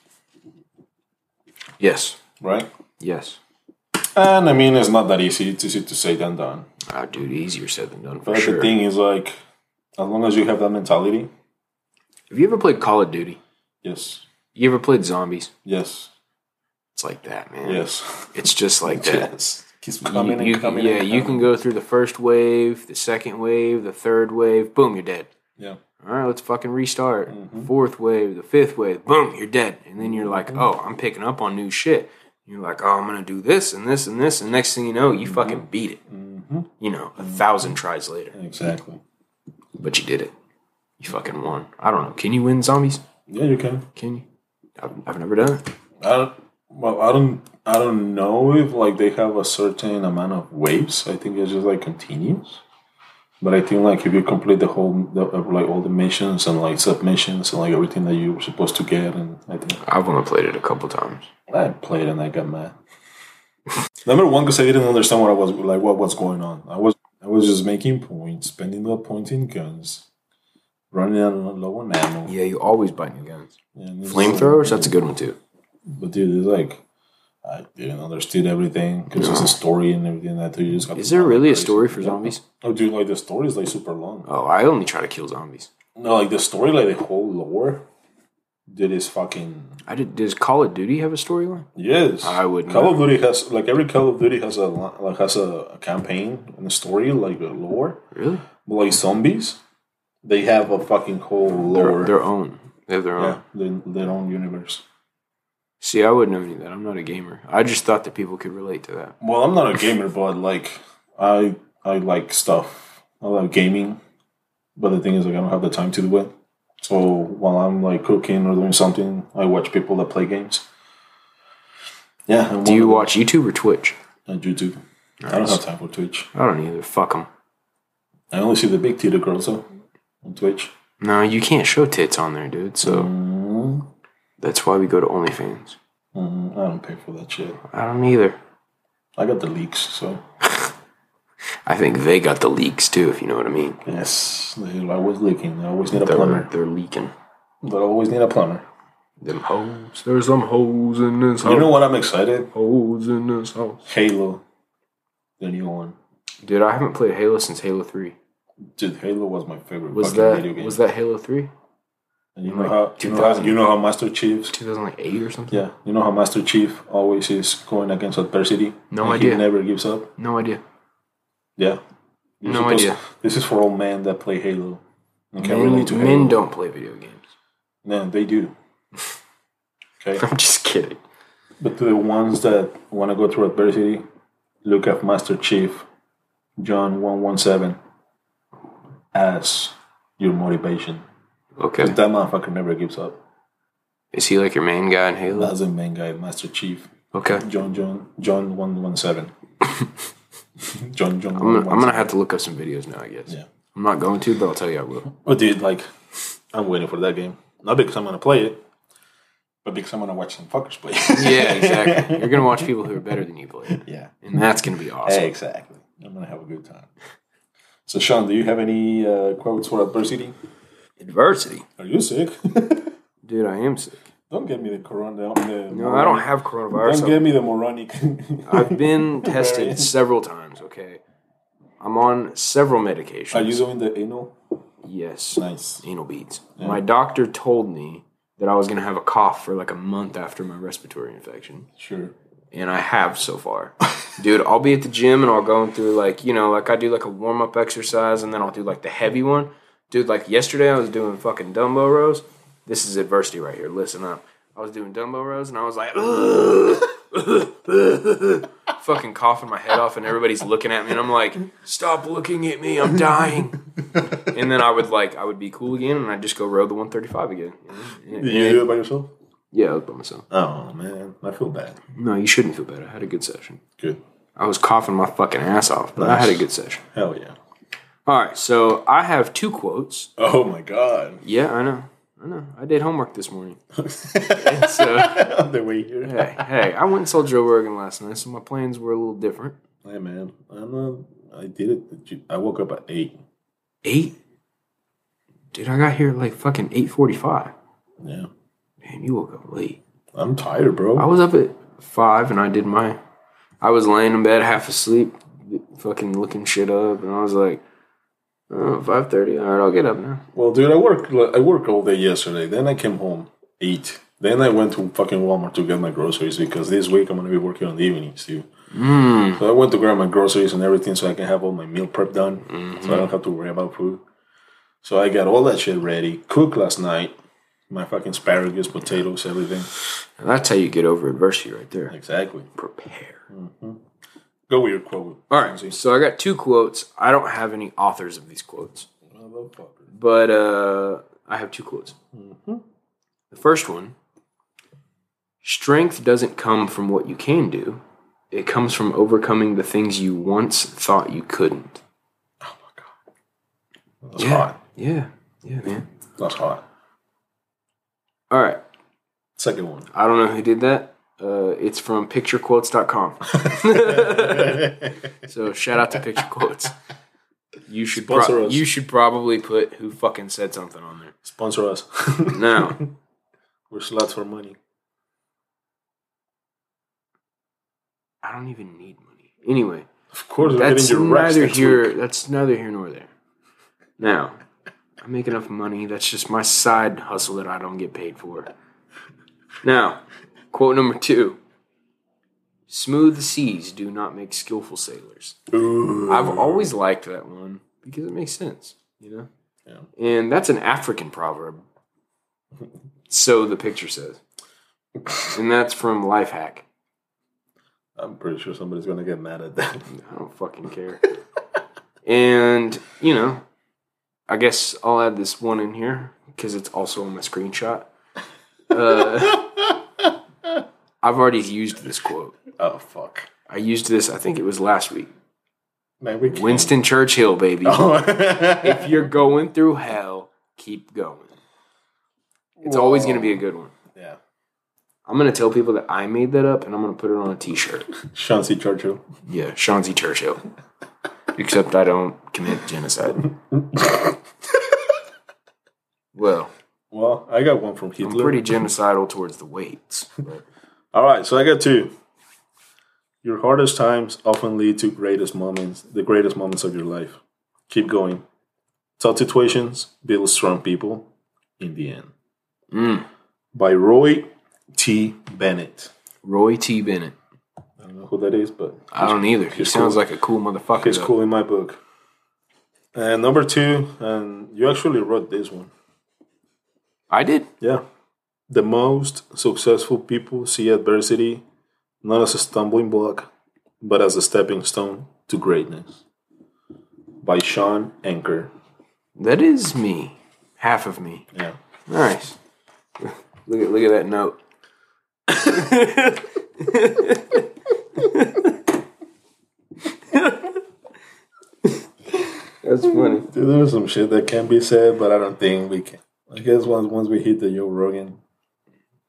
Speaker 2: Yes.
Speaker 1: right?
Speaker 2: Yes.
Speaker 1: And I mean, it's not that easy. It's easy to say than done.
Speaker 2: Ah, dude, easier said than done for
Speaker 1: But
Speaker 2: sure.
Speaker 1: the thing is, like, as long as you have that mentality,
Speaker 2: Have you ever played Call of Duty?
Speaker 1: yes,
Speaker 2: You ever played zombies?
Speaker 1: yes,
Speaker 2: It's like that, man.
Speaker 1: yes,
Speaker 2: It's just like that.
Speaker 1: yes. Keeps
Speaker 2: You-
Speaker 1: coming
Speaker 2: you-
Speaker 1: and coming.
Speaker 2: yeah,
Speaker 1: and
Speaker 2: you
Speaker 1: coming.
Speaker 2: can go through the first wave, the second wave, the third wave. Boom, you're dead.
Speaker 1: Yeah.
Speaker 2: All right, let's fucking restart.
Speaker 1: Mm-hmm.
Speaker 2: Fourth wave, the fifth wave. Boom, you're dead. And then you're like, oh, I'm picking up on new shit. You're like, oh, I'm gonna do this and this and this. And next thing you know,
Speaker 1: Mm-hmm.
Speaker 2: you fucking beat it. You know, a thousand tries later,
Speaker 1: Exactly.
Speaker 2: but you did it. You fucking won. I don't know. Can you win zombies?
Speaker 1: Yeah, you can.
Speaker 2: Can you? I've, I've never done it.
Speaker 1: I don't, well, I don't, I don't know if like they have a certain amount of waves. I think it's just like continuous. But I think like if you complete the whole, the, uh, like all the missions and like submissions and like everything that you were supposed to get, and I think
Speaker 2: I've only played it a couple times.
Speaker 1: I played and I got mad. Number one, because I didn't understand what I was like, what was going on. I was, I was just making points, spending the points in guns, running out of low on ammo.
Speaker 2: Yeah, you always buy new guns.
Speaker 1: and it's-
Speaker 2: Flamethrowers. That's a good one too.
Speaker 1: But dude, it's like I didn't understand everything because it's a story and everything that you just. Got
Speaker 2: Is there really a story for zombies?
Speaker 1: Oh, dude, like the story is like super long.
Speaker 2: Oh, I only try to kill zombies.
Speaker 1: No, like the story, like the whole lore, dude is fucking
Speaker 2: I did. Does Call of Duty have a storyline?
Speaker 1: yes.
Speaker 2: I would
Speaker 1: Call of Duty has like every Call of Duty has a li- like has a, a campaign and a story like a lore.
Speaker 2: Really?
Speaker 1: But like zombies, they have a fucking whole lore.
Speaker 2: Their, their own. They have their own.
Speaker 1: yeah, their, their own universe.
Speaker 2: See, I wouldn't know any of that. I'm not a gamer. I just thought that people could relate to that.
Speaker 1: Well, I'm not a gamer, but like I I like stuff. I like gaming, but the thing is, like I don't have the time to do it. So while I'm like cooking or doing something, I watch people that play games. Yeah. I'm
Speaker 2: Do you
Speaker 1: one
Speaker 2: watch YouTube or Twitch?
Speaker 1: of them. on YouTube? I don't have time for Twitch.
Speaker 2: I don't either. Fuck them.
Speaker 1: I only see the big theater girls though on Twitch.
Speaker 2: No, you can't show tits on there, dude. So that's why we go to OnlyFans.
Speaker 1: Mm, I don't pay for that shit.
Speaker 2: I don't either.
Speaker 1: I got the leaks, so
Speaker 2: I think they got the leaks too, if you know what I mean.
Speaker 1: yes, they're always leaking. They always need a
Speaker 2: They're,
Speaker 1: plumber.
Speaker 2: they're leaking.
Speaker 1: They always need a plumber.
Speaker 2: Them hoes. There's some hoes in this house.
Speaker 1: You know what? I'm excited.
Speaker 2: hoes in this house.
Speaker 1: Halo, the new one.
Speaker 2: Dude, I haven't played Halo since Halo 3.
Speaker 1: Dude, Halo was my favorite
Speaker 2: Was
Speaker 1: fucking video
Speaker 2: that
Speaker 1: game.
Speaker 2: was that Halo 3?
Speaker 1: And you
Speaker 2: in,
Speaker 1: know
Speaker 2: like,
Speaker 1: how you know how
Speaker 2: 2000?
Speaker 1: you know how Master Chief's
Speaker 2: 2008 or something?
Speaker 1: Yeah, you know how Master Chief always is going against adversity.
Speaker 2: No
Speaker 1: and
Speaker 2: idea.
Speaker 1: He never gives up.
Speaker 2: No idea.
Speaker 1: Yeah. You're
Speaker 2: No
Speaker 1: supposed-
Speaker 2: idea.
Speaker 1: This is for all men that play Halo. And can
Speaker 2: Men,
Speaker 1: relate to
Speaker 2: men
Speaker 1: Halo.
Speaker 2: don't play video games.
Speaker 1: No, they do. Okay,
Speaker 2: I'm just kidding.
Speaker 1: but to the ones that want to go through adversity, look at Master Chief, John One One Seven, as your motivation.
Speaker 2: Okay.
Speaker 1: That motherfucker never gives up.
Speaker 2: Is he like your main guy in Halo?
Speaker 1: That's the main guy, Master Chief.
Speaker 2: Okay.
Speaker 1: John John John One One Seven. John John.
Speaker 2: I'm,
Speaker 1: 117.
Speaker 2: gonna- I'm gonna have to look up some videos now, I guess.
Speaker 1: Yeah.
Speaker 2: I'm not going to, but I'll tell you I will.
Speaker 1: But Oh, dude, like, I'm waiting for that game. Not because I'm gonna play it, but because I'm gonna watch some fuckers play. it.
Speaker 2: Yeah, exactly. You're gonna watch people who are better than you play.
Speaker 1: yeah,
Speaker 2: And that's gonna be awesome.
Speaker 1: exactly. I'm gonna have a good time. So, Sean, do you have any uh, quotes for adversity?
Speaker 2: Adversity.
Speaker 1: Are you sick?
Speaker 2: Dude, I am sick.
Speaker 1: don't get me the corona. um, The,
Speaker 2: No, I don't have coronavirus.
Speaker 1: Don't get me the moronic.
Speaker 2: I've been tested several times, okay? I'm on several medications.
Speaker 1: Are you doing the anal?
Speaker 2: yes.
Speaker 1: Nice.
Speaker 2: Anal beads. My doctor told me that I was going to have a cough for like a month after my respiratory infection.
Speaker 1: Sure.
Speaker 2: and I have so far. Dude, I'll be at the gym and I'll go through like, you know, like I do like a warm up exercise and then I'll do like the heavy one. Dude, like yesterday I was doing fucking dumbbell rows. This is adversity right here. Listen up. I was doing dumbbell rows and I was like, fucking coughing my head off and everybody's looking at me and I'm like, stop looking at me, I'm dying. and then I would like, I would be cool again and I'd just go row the 135 again.
Speaker 1: Did you do it by yourself?
Speaker 2: Yeah, I was by myself.
Speaker 1: Oh man, I feel bad.
Speaker 2: No, you shouldn't feel bad. I had a good session.
Speaker 1: Good.
Speaker 2: I was coughing my fucking ass off, but I had a good session.
Speaker 1: Hell yeah.
Speaker 2: All right, so I have two quotes.
Speaker 1: Oh my god.
Speaker 2: Yeah, I know. I know. I did homework this morning. And so,
Speaker 1: On the way here.
Speaker 2: hey, hey, I went and saw Joe Rogan last night, so my plans were a little different.
Speaker 1: Hey man, I'm not. I did it. I woke up at eight.
Speaker 2: Eight? Dude, I got here at like fucking 8.45.
Speaker 1: Yeah,
Speaker 2: Man, you woke up late.
Speaker 1: I'm tired,
Speaker 2: I
Speaker 1: bro.
Speaker 2: was up at 5 and I did my... I was laying in bed half asleep, fucking looking shit up, and I was like, oh, 5.30? All right, I'll get up now.
Speaker 1: Well, dude, I worked. I worked all day yesterday. Then I came home eight. Then I went to fucking Walmart to get my groceries because this week I'm gonna be working on the evenings too.
Speaker 2: Mm.
Speaker 1: So I went to grab my groceries and everything so I can have all my meal prep done,
Speaker 2: Mm-hmm.
Speaker 1: so I don't have to worry about food. So I got all that shit ready. Cooked last night. My fucking asparagus, potatoes, everything.
Speaker 2: And that's how you get over adversity right there.
Speaker 1: Exactly.
Speaker 2: prepare.
Speaker 1: Go with your quote.
Speaker 2: All right, so I got two quotes. I don't have any authors of these quotes,
Speaker 1: Motherfucker.
Speaker 2: but uh, I have two quotes. Mm-hmm. The first one Strength doesn't come from what you can do, it comes from overcoming the things you once thought you couldn't.
Speaker 1: That's
Speaker 2: yeah.
Speaker 1: hot.
Speaker 2: Yeah. Yeah, man.
Speaker 1: That's hot.
Speaker 2: All right.
Speaker 1: Second one.
Speaker 2: I don't know who did that. Uh, it's from picturequotes.com. so shout out to Picture Quotes. You should pro-
Speaker 1: Sponsor us.
Speaker 2: you should probably put who fucking said something on there.
Speaker 1: Sponsor us.
Speaker 2: Now,
Speaker 1: We're sluts for money.
Speaker 2: I don't even need money. Anyway,
Speaker 1: Of course, we're
Speaker 2: that's
Speaker 1: getting your rights
Speaker 2: neither
Speaker 1: next
Speaker 2: here.
Speaker 1: week.
Speaker 2: That's neither here nor there. Now, I make enough money. That's just my side hustle that I don't get paid for. Now, quote number two: "Smooth seas do not make skillful sailors."
Speaker 1: Ooh.
Speaker 2: I've always liked that one because it makes sense, you know.
Speaker 1: Yeah.
Speaker 2: And that's an African proverb. So the picture says, and that's from Lifehack.
Speaker 1: I'm pretty sure somebody's gonna get mad at that.
Speaker 2: I don't fucking care. and, you know, I guess I'll add this one in here because it's also on my screenshot. Uh, I've already used this quote.
Speaker 1: oh fuck,
Speaker 2: I used this, I think it was last week.
Speaker 1: man, we can't.
Speaker 2: Winston Churchill, baby.
Speaker 1: Oh.
Speaker 2: If you're going through hell, keep going. It's always going to be a good one.
Speaker 1: Yeah.
Speaker 2: I'm going to tell people that I made that up and I'm going to put it on a t shirt.
Speaker 1: Sean C. Churchill.
Speaker 2: Yeah, Sean Z. Churchill. Except I don't commit genocide. well,
Speaker 1: Well, I got one from Hitler.
Speaker 2: I'm pretty genocidal towards the weights. But
Speaker 1: All right, so I got two. Your hardest times often lead to greatest moments, the greatest moments of your life. Keep going. Tough situations build strong people in the end. By Roy T. Bennett.
Speaker 2: Roy T. Bennett.
Speaker 1: I don't know who that is, but
Speaker 2: I don't either. He sounds like a cool motherfucker.
Speaker 1: it's
Speaker 2: though.
Speaker 1: cool in my book. And number two, and you actually wrote this one.
Speaker 2: I did.
Speaker 1: Yeah. The most successful people see adversity not as a stumbling block, but as a stepping stone to greatness. By Sean Anker.
Speaker 2: That is me. Half of me.
Speaker 1: Yeah.
Speaker 2: Nice. Look at look at that note. That's funny.
Speaker 1: Dude, there was some shit that can be said, but I don't think we can. I guess once once we hit the Joe Rogan.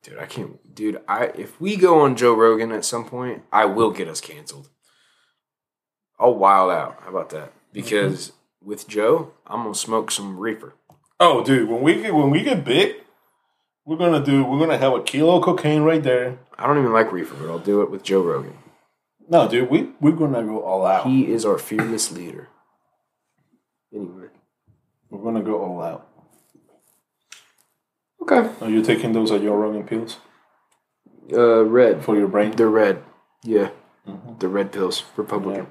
Speaker 2: Dude, I can't dude, I if we go on Joe Rogan at some point, I will get us canceled. I'll wild out. How about that? Because with Joe, I'm gonna smoke some reefer.
Speaker 1: Oh, dude, when we get when we get big, we're gonna do we're gonna have a kilo of cocaine right there.
Speaker 2: I don't even like reefer, but I'll do it with Joe Rogan.
Speaker 1: No, dude, we we're gonna go all out.
Speaker 2: He is our fearless leader. Anyway.
Speaker 1: We're gonna go all out.
Speaker 2: Okay.
Speaker 1: Are you taking those Joe Rogan pills
Speaker 2: Uh, red.
Speaker 1: for your brain?
Speaker 2: They're red. Yeah. The red pills. Republican.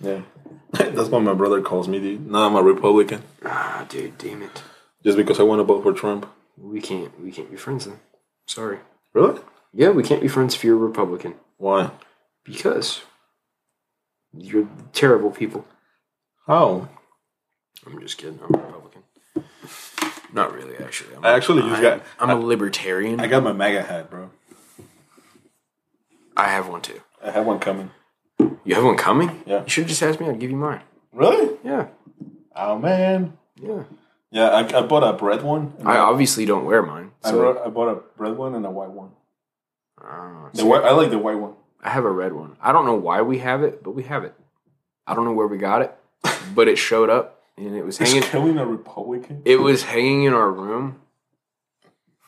Speaker 1: Yeah. That's what my brother calls me, dude. Now I'm a Republican.
Speaker 2: Ah, dude, damn it.
Speaker 1: Just because I want to vote for Trump.
Speaker 2: We can't. We can't be friends then. Sorry.
Speaker 1: Really?
Speaker 2: Yeah, we can't be friends if you're a Republican
Speaker 1: Why?
Speaker 2: because you're terrible people.
Speaker 1: How?
Speaker 2: I'm just kidding. I'm a Republican. Not really, actually. I'm,
Speaker 1: I actually just got
Speaker 2: I'm a libertarian.
Speaker 1: I
Speaker 2: I,
Speaker 1: got my MAGA hat, bro.
Speaker 2: have one too.
Speaker 1: I have one coming.
Speaker 2: You have one coming?
Speaker 1: Yeah.
Speaker 2: You should have just asked me. I'd give you mine.
Speaker 1: Really?
Speaker 2: Yeah.
Speaker 1: Oh man.
Speaker 2: Yeah.
Speaker 1: Yeah, I, I bought a red one. and
Speaker 2: I
Speaker 1: I,
Speaker 2: obviously don't wear mine.
Speaker 1: I
Speaker 2: So
Speaker 1: wrote- I bought a red one and a white one.
Speaker 2: I don't know.
Speaker 1: The white, I like the white one.
Speaker 2: I have a red one. I don't know why we have it, but we have it. I don't know where we got it, but it showed up and it was hanging.
Speaker 1: It's killing a Republican.
Speaker 2: It was hanging in our room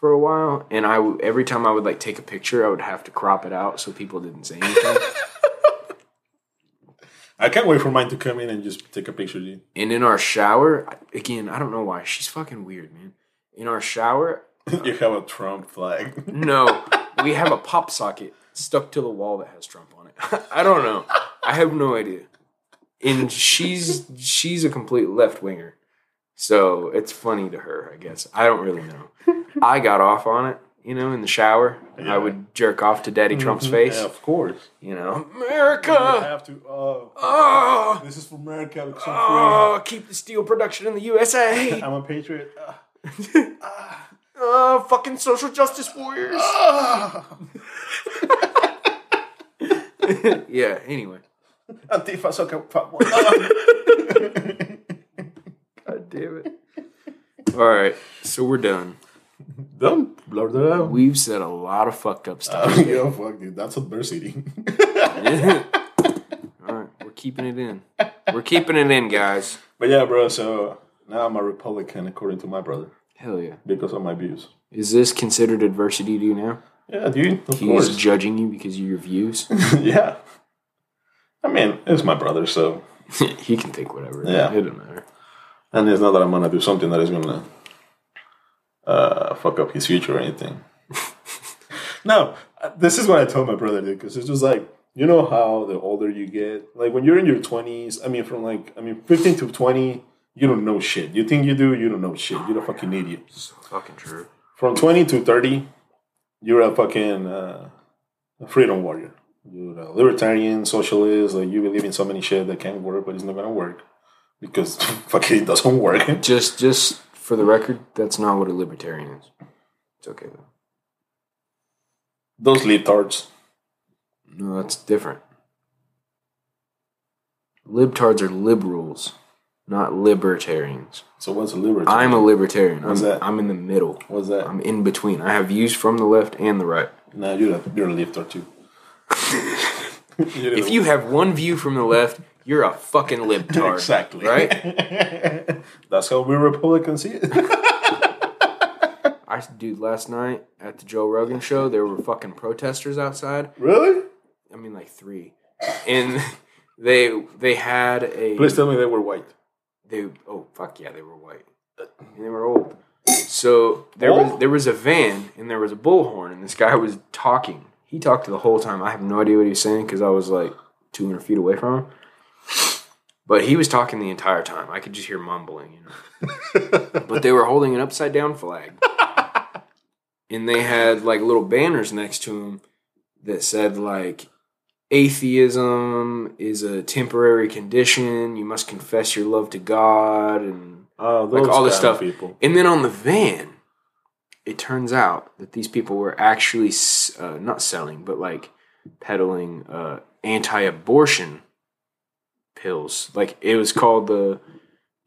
Speaker 2: for a while, and I w- every time I would like take a picture, I would have to crop it out so people didn't say anything.
Speaker 1: I can't wait for mine to come in and just take a picture, dude.
Speaker 2: and in our shower, I- again, I don't know why she's fucking weird, man. In our shower,
Speaker 1: you have a Trump flag.
Speaker 2: no, we have a pop socket stuck to the wall that has Trump on it. I don't know. I have no idea. And she's she's a complete left winger. So it's funny to her, I guess. I don't really know. I got off on it, you know, in the shower. I would jerk off to Daddy Trump's face.
Speaker 1: yeah, Mm-hmm. of course.
Speaker 2: You know.
Speaker 1: I
Speaker 2: America!
Speaker 1: have to. Oh,
Speaker 2: Oh,
Speaker 1: this is for America. I'm so
Speaker 2: oh keep the steel production in the USA.
Speaker 1: free. I'm a patriot. Ah.
Speaker 2: Oh, fucking social justice warriors. yeah, anyway.
Speaker 1: Antifa sucker
Speaker 2: God damn it. All right, so we're done.
Speaker 1: Don't blur that out.
Speaker 2: We've said a lot of fucked up stuff.
Speaker 1: Yo, fuck, dude. That's adversity.
Speaker 2: Oh. All right, we're keeping it in. We're keeping it in, guys.
Speaker 1: but yeah, bro. So now I'm a Republican, according to my brother,
Speaker 2: Hell yeah.
Speaker 1: because of my views.
Speaker 2: Is this considered adversity to you now?
Speaker 1: Yeah, dude. Of
Speaker 2: He's judging you because of your views.
Speaker 1: yeah. I mean, it's my brother, so.
Speaker 2: he can think whatever.
Speaker 1: Yeah.
Speaker 2: It doesn't matter.
Speaker 1: And it's not that I'm gonna do something that is gonna uh, fuck up his future or anything. no, uh, this is what I told my brother, dude, because it's just like you know how the older you get, like when you're in your twenties. I mean, from like I mean, fifteen to twenty, you don't know shit. You think you do, you don't know shit. You're a fucking idiot.
Speaker 2: So fucking true.
Speaker 1: From twenty to thirty, you're a fucking uh, a freedom warrior. You're a libertarian, socialist. Like you believe in so many shit that can work, but it's not gonna work because fucking it doesn't work.
Speaker 2: Just just for the record, that's not what a libertarian is. It's okay though.
Speaker 1: Those leotards.
Speaker 2: No, that's different. Libtards are liberals. not libertarians.
Speaker 1: So what's a libertarian?
Speaker 2: I'm a libertarian.
Speaker 1: What's
Speaker 2: I'm,
Speaker 1: that?
Speaker 2: I'm in the middle.
Speaker 1: what's that?
Speaker 2: I'm in between. I have views from the left and the right.
Speaker 1: no, you're a, you're a lifter too.
Speaker 2: If you have one view from the left, you're a fucking libtard.
Speaker 1: exactly
Speaker 2: Right?
Speaker 1: That's how we Republicans see it.
Speaker 2: I dude last night at the Joe Rogan show, there were fucking protesters outside.
Speaker 1: really?
Speaker 2: I mean like 3. And they they had a
Speaker 1: Please tell me they were white.
Speaker 2: they oh fuck yeah they were white and they were old so there was
Speaker 1: Old?
Speaker 2: there was a van and there was a bullhorn and this guy was talking he talked the whole time i have no idea what he was saying because i was like 200 feet away from him but he was talking the entire time i could just hear mumbling you know but they were holding an upside down flag and they had like little banners next to him that said like atheism is a temporary condition. You must confess your love to God, and
Speaker 1: Oh,
Speaker 2: Like
Speaker 1: those
Speaker 2: all this
Speaker 1: kind of
Speaker 2: stuff.
Speaker 1: People.
Speaker 2: and then on the van, it turns out that these people were actually s- uh, not selling, but like peddling uh, anti-abortion pills. Like it was called the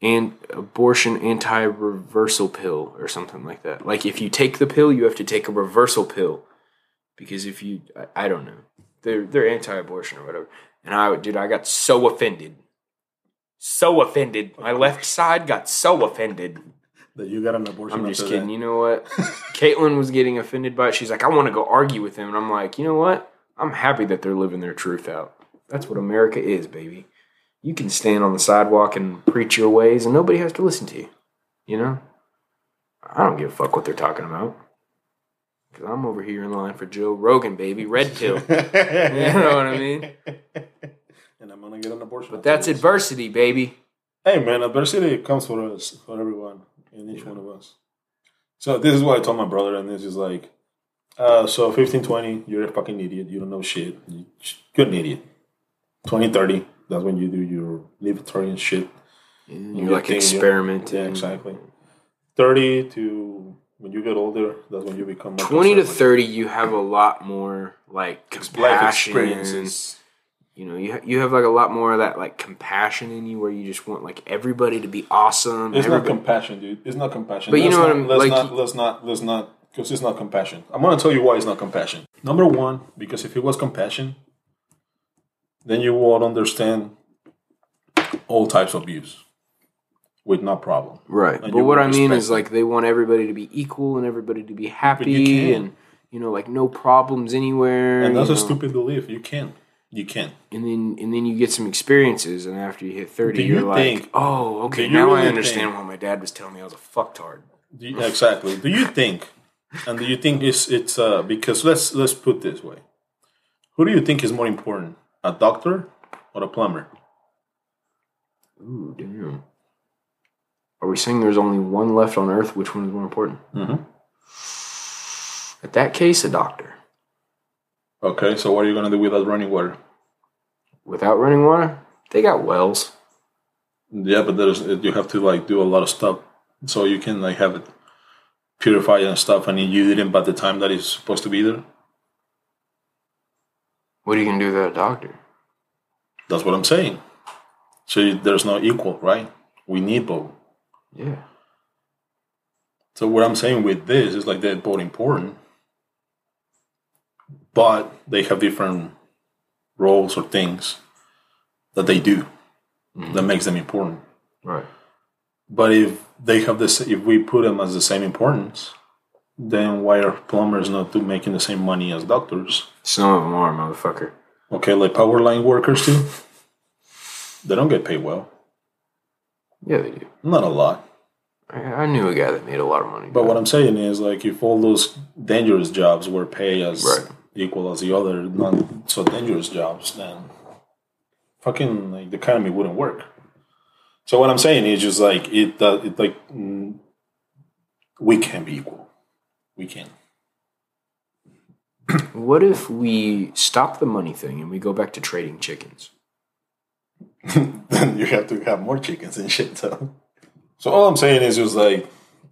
Speaker 2: and abortion anti-reversal pill or something like that. Like if you take the pill, you have to take a reversal pill because if you I, I don't know they're they're anti-abortion or whatever. And I dude, I got so offended, so offended. My left side got so offended.
Speaker 1: That you got an abortion.
Speaker 2: I'm just
Speaker 1: after
Speaker 2: kidding. You know what? Caitlyn was getting offended by it. She's like, I want to go argue with him, and I'm like, you know what? I'm happy that they're living their truth out. That's what America is, baby. You can stand on the sidewalk and preach your ways, and nobody has to listen to you. You know, I don't give a fuck what they're talking about. Cause I'm over here in line for Joe Rogan, baby, red pill.
Speaker 1: that.
Speaker 2: You know what I mean?
Speaker 1: And I'm gonna get an abortion.
Speaker 2: But
Speaker 1: after
Speaker 2: that's
Speaker 1: this.
Speaker 2: adversity, baby.
Speaker 1: Hey man, adversity comes for us, for everyone, and each one of us. So this is what I told my brother, and this is like, uh, so fifteen twenty, you're a fucking idiot. You don't know shit. You- You're an idiot. Twenty thirty, that's when you do your libertarian shit.
Speaker 2: And
Speaker 1: You
Speaker 2: you're like
Speaker 1: think you-
Speaker 2: experimenting.
Speaker 1: Yeah, exactly. Thirty to when you get older, that's when you become more
Speaker 2: 20 to
Speaker 1: conservative.
Speaker 2: 30 you have a lot more like
Speaker 1: life
Speaker 2: compassion
Speaker 1: experiences.
Speaker 2: you know you, ha- you have like a lot more of that like compassion in you where you just want like everybody to be awesome
Speaker 1: It's not
Speaker 2: everybody-
Speaker 1: compassion, dude. It's not compassion.
Speaker 2: But you
Speaker 1: Let's
Speaker 2: know what
Speaker 1: not-
Speaker 2: I'm-
Speaker 1: let's
Speaker 2: like-
Speaker 1: Not, let's not. Let's not. Because it's not compassion. I'm gonna tell you why it's not compassion. Number one, because if it was compassion, then you would understand all types of abuse with no problem.
Speaker 2: right
Speaker 1: and
Speaker 2: but
Speaker 1: you
Speaker 2: what
Speaker 1: would
Speaker 2: i mean
Speaker 1: respect
Speaker 2: is like they want everybody to be equal and everybody to be happy
Speaker 1: can't.
Speaker 2: and you know like no problems anywhere
Speaker 1: And that's
Speaker 2: you
Speaker 1: a
Speaker 2: know.
Speaker 1: stupid belief. You can. You can.
Speaker 2: and then and then you get some experiences and after you hit 30
Speaker 1: Do
Speaker 2: you're
Speaker 1: you
Speaker 2: like
Speaker 1: think-
Speaker 2: oh okay
Speaker 1: you
Speaker 2: now i
Speaker 1: really
Speaker 2: understand
Speaker 1: think-
Speaker 2: why my dad was telling me i was a fucktard
Speaker 1: Do you- exactly. Do you think? And do you think it's it's uh, because let's let's put this way. Who do you think is more important, a doctor or a plumber?
Speaker 2: ooh damn are we saying there's only one left on earth which one is more important
Speaker 1: Mm-hmm.
Speaker 2: At that case, a doctor.
Speaker 1: Okay, so what are you gonna do without running water?
Speaker 2: Without running water, they got wells.
Speaker 1: Yeah, but there's you have to like do a lot of stuff so you can like have it purified and stuff, and you didn't by the time that it's supposed to be there.
Speaker 2: What are you gonna do without a doctor?
Speaker 1: That's what I'm saying. So you, there's no equal, right? We need both.
Speaker 2: Yeah.
Speaker 1: So what I'm saying with this is like they're both important, but they have different roles or things that they do that makes them important.
Speaker 2: Right.
Speaker 1: But if they have this, if we put them as the same importance, then why are plumbers not do making the same money as doctors?
Speaker 2: Some of them are, motherfucker.
Speaker 1: Okay, like power line workers too. They don't get paid well,
Speaker 2: Yeah, they do.
Speaker 1: not a lot.
Speaker 2: I, I knew a guy that made a lot of money.
Speaker 1: But what I'm saying is, like, if all those dangerous jobs were paid as
Speaker 2: Right.
Speaker 1: equal as the other not so dangerous jobs, then fucking like the economy wouldn't work. So what I'm saying is just like it, uh, it like mm, we can be equal. We can.
Speaker 2: what if we stop the money thing and we go back to trading chickens?
Speaker 1: then you have to have more chickens and shit. So, so all I'm saying is just like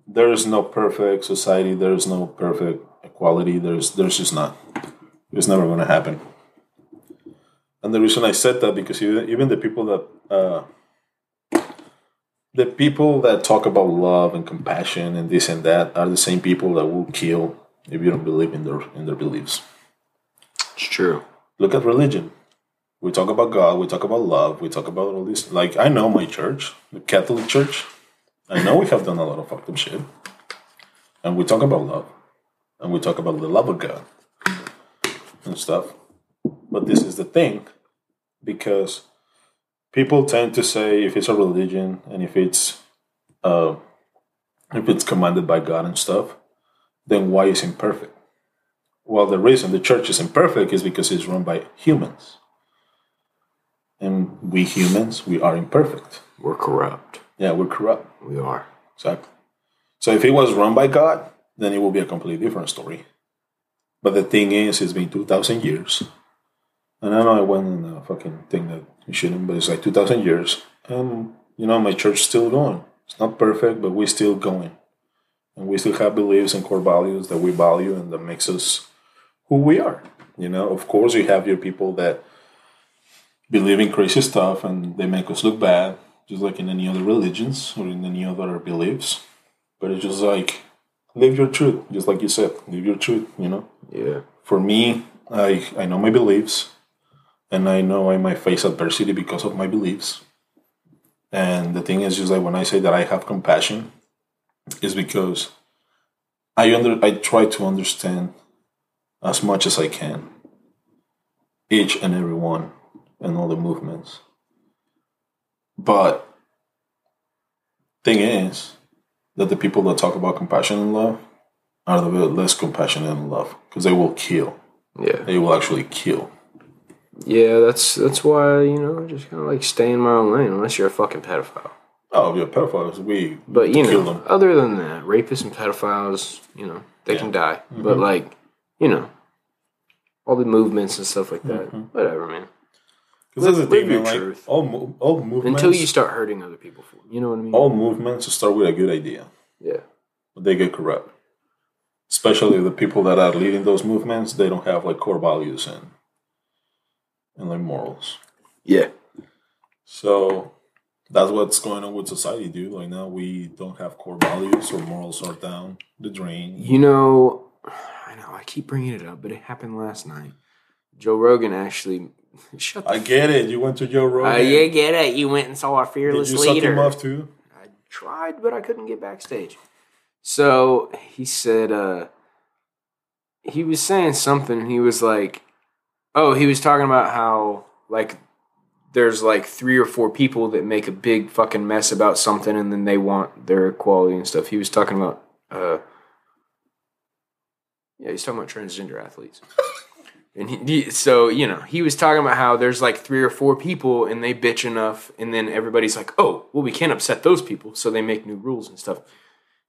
Speaker 1: there is no perfect society. There is no perfect equality. There's there's just not. It's never going to happen. And the reason I said that because even, even the people that uh, the people that talk about love and compassion and this and that are the same people that will kill if you don't believe in their in their beliefs.
Speaker 2: It's true.
Speaker 1: Look at religion. We talk about God, we talk about love, we talk about all this. Like I know my church, the Catholic Church. I know we have done a lot of fucked up shit. And we talk about love. And we talk about the love of God and stuff. But this is the thing, because people tend to say if it's a religion and if it's uh, if it's commanded by God and stuff, then why is imperfect? Well, the reason the church is imperfect is because it's run by humans, and we humans we are imperfect.
Speaker 2: We're corrupt.
Speaker 1: Yeah, we're corrupt.
Speaker 2: We are.
Speaker 1: Exactly. So if it was run by God, then it will be a completely different story. But the thing is, it's been 2,000 years. And I know I went in a fucking thing that you shouldn't, but it's like 2,000 years. And, you know, my church still going. It's not perfect, but we're still going. And we still have beliefs and core values that we value and that makes us who we are. You know, of course, you have your people that believe in crazy stuff and they make us look bad, just like in any other religions or in any other beliefs. But it's just like, live your truth, just like you said, live your truth, you know?
Speaker 2: Yeah.
Speaker 1: for me, I I know my beliefs, and I know I might face adversity because of my beliefs. And the thing is, just like when I say that I have compassion, is because I under I try to understand as much as I can each and every one and all the movements. But thing is that the people that talk about compassion and love are the bit less compassionate and love because they will kill.
Speaker 2: Yeah.
Speaker 1: They will actually kill.
Speaker 2: Yeah, that's that's why, you know, I just kind of like stay in my own lane unless you're a fucking pedophile.
Speaker 1: Oh, if you're pedophiles, we
Speaker 2: But, you
Speaker 1: kill
Speaker 2: know,
Speaker 1: them.
Speaker 2: other than that, rapists and pedophiles, you know, they can die.
Speaker 1: Mm-hmm.
Speaker 2: But, like, you know, all the movements and stuff like that,
Speaker 1: Mm-hmm.
Speaker 2: whatever, man.
Speaker 1: Because that's the
Speaker 2: live
Speaker 1: thing,
Speaker 2: your
Speaker 1: man, like,
Speaker 2: truth.
Speaker 1: all, mo- all movements,
Speaker 2: Until you start hurting other people for it. You know what I mean?
Speaker 1: all movements start with a good idea,
Speaker 2: Yeah.
Speaker 1: but they get corrupt. Especially the people that are leading those movements, they don't have like core values and and like morals.
Speaker 2: Yeah.
Speaker 1: So that's what's going on with society, dude. Like now we don't have core values, or morals are down the drain.
Speaker 2: You know, I know I keep bringing it up, but it happened last night. Joe Rogan actually shut. The
Speaker 1: I get it. You went to Joe Rogan.
Speaker 2: Uh, you get it. You went and saw our
Speaker 1: Did
Speaker 2: fearless
Speaker 1: you suck him
Speaker 2: leader.
Speaker 1: off too?
Speaker 2: I tried, but I couldn't get backstage. So he said, uh, he was saying something, and he was like, oh, he was talking about how, like, there's like three or four people that make a big fucking mess about something, and then they want their equality and stuff. He was talking about, uh, yeah, he's talking about transgender athletes. And he, he- so, you know, he was talking about how there's like three or four people and they bitch enough. And then everybody's like, oh, well, we can't upset those people. So they make new rules and stuff.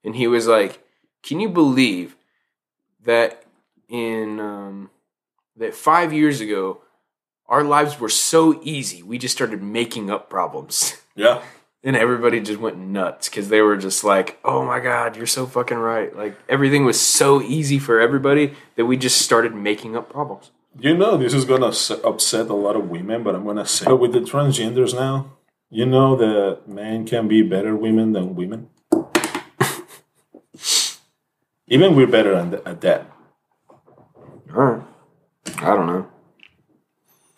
Speaker 2: And he was like, can you believe that in, um, that five years ago, our lives were so easy. We just started making up problems.
Speaker 1: Yeah.
Speaker 2: and everybody just went nuts because they were just like, "Oh my god, you're so fucking right!" Like everything was so easy for everybody that we just started making up problems.
Speaker 1: You know, this is gonna s- upset a lot of women, but I'm gonna say with the transgenders now, you know that men can be better women than women. Even we're better at th- at that.
Speaker 2: All right, I don't know.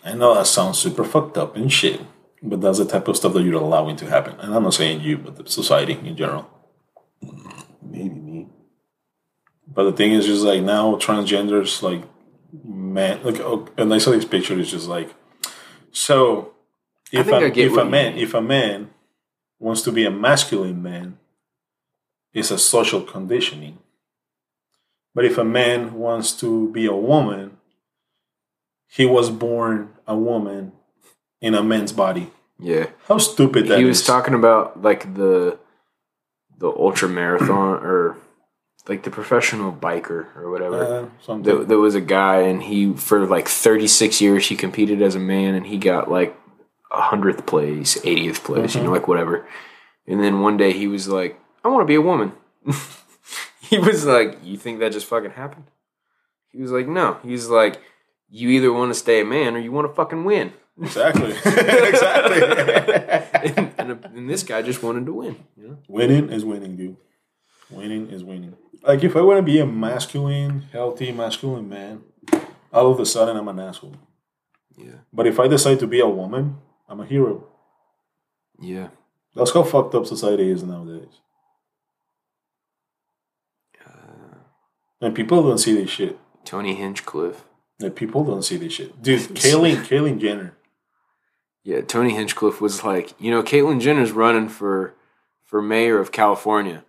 Speaker 1: I know that sounds super fucked up and shit, but that's the type of stuff that you're allowing to happen. And I'm not saying you, but the society in general. Maybe me. But the thing is, just like now, transgenders, like, man, like, oh, and I saw this picture, it's just like, so if,
Speaker 2: think
Speaker 1: a-
Speaker 2: I get
Speaker 1: if
Speaker 2: what
Speaker 1: a
Speaker 2: you
Speaker 1: man,
Speaker 2: mean.
Speaker 1: if a man wants to be a masculine man, it's a social conditioning. But if a man wants to be a woman, he was born a woman in a man's body.
Speaker 2: Yeah,
Speaker 1: How stupid that is!
Speaker 2: he was talking about like the the ultra marathon or like the professional biker or whatever.
Speaker 1: Uh, something.
Speaker 2: there, there was a guy and he for like 36 years he competed as a man and he got like 100th place 80th place
Speaker 1: Mm-hmm.
Speaker 2: you know like whatever and then one day he was like i want to be a woman he was like you think that just fucking happened he was like no he's like you either want to stay a man or you want to fucking win
Speaker 1: exactly. exactly.
Speaker 2: and, and And this guy just wanted to win. You know?
Speaker 1: Winning is winning, dude. Winning is winning. Like if I want to be a masculine, healthy, masculine man, all of a sudden I'm an asshole.
Speaker 2: Yeah.
Speaker 1: But if I decide to be a woman, I'm a hero.
Speaker 2: Yeah.
Speaker 1: That's how fucked up society is nowadays. And people don't see this shit.
Speaker 2: Tony Hinchcliffe.
Speaker 1: Like people don't see this shit, dude. Caitlyn, Caitlyn Jenner.
Speaker 2: Yeah, Tony Hinchcliffe was like, you know, Caitlyn Jenner's running for for mayor of California,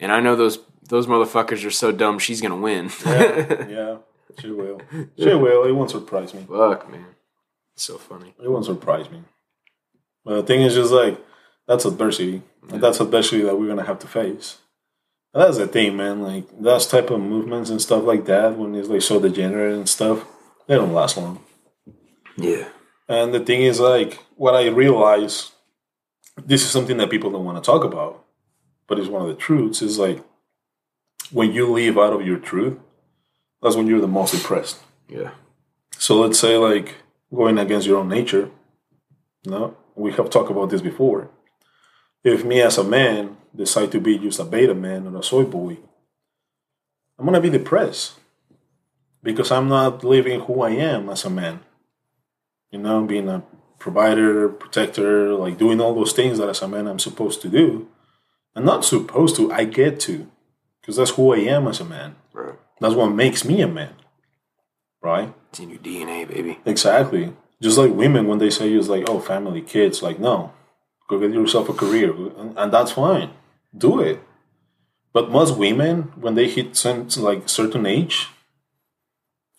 Speaker 2: and I know those those motherfuckers are so dumb. She's gonna win.
Speaker 1: Yeah, she will. She will. It won't surprise me.
Speaker 2: Fuck, man, it's so funny.
Speaker 1: It won't surprise me. But the thing is, just like that's adversity. And that's adversity that we're gonna have to face. And that's the thing, man. Like those type of movements and stuff like that, when it's like so degenerate and stuff, they don't last long.
Speaker 2: Yeah,
Speaker 1: And the thing is, like what I realize, this is something that people don't want to talk about, but it's one of the truths. Is like when you live out of your truth, that's when you're the most depressed.
Speaker 2: yeah,
Speaker 1: So let's say like going against your own nature. No, we have talked about this before. If me as a man decide to be just a beta man or a soy boy, I'm gonna be depressed because I'm not living who I am as a man. You know, being a provider, protector, like doing all those things that as a man I'm supposed to do. I'm not supposed to. I get to, because that's who I am as a man.
Speaker 2: bro.
Speaker 1: That's what makes me a man, right?
Speaker 2: It's in your DNA, baby.
Speaker 1: Exactly. Just like women, when they say it's like, oh, family, kids, like, no, go get yourself a career. And, and that's fine. Do it. But most women, when they hit some, like certain age,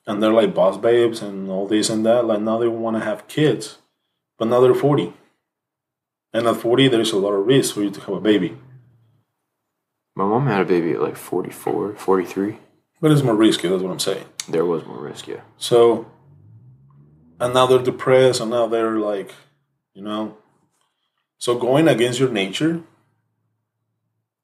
Speaker 1: and they're like boss babes and all this and that, like now they want to have kids, but now they're 40. And at 40, there's a lot of risk for you to have a baby.
Speaker 2: My mom had a baby at like 44, 43.
Speaker 1: But it's more risky, that's what I'm saying.
Speaker 2: There was more risk, yeah.
Speaker 1: So, and now they're depressed, and now they're like, you know. So going against your nature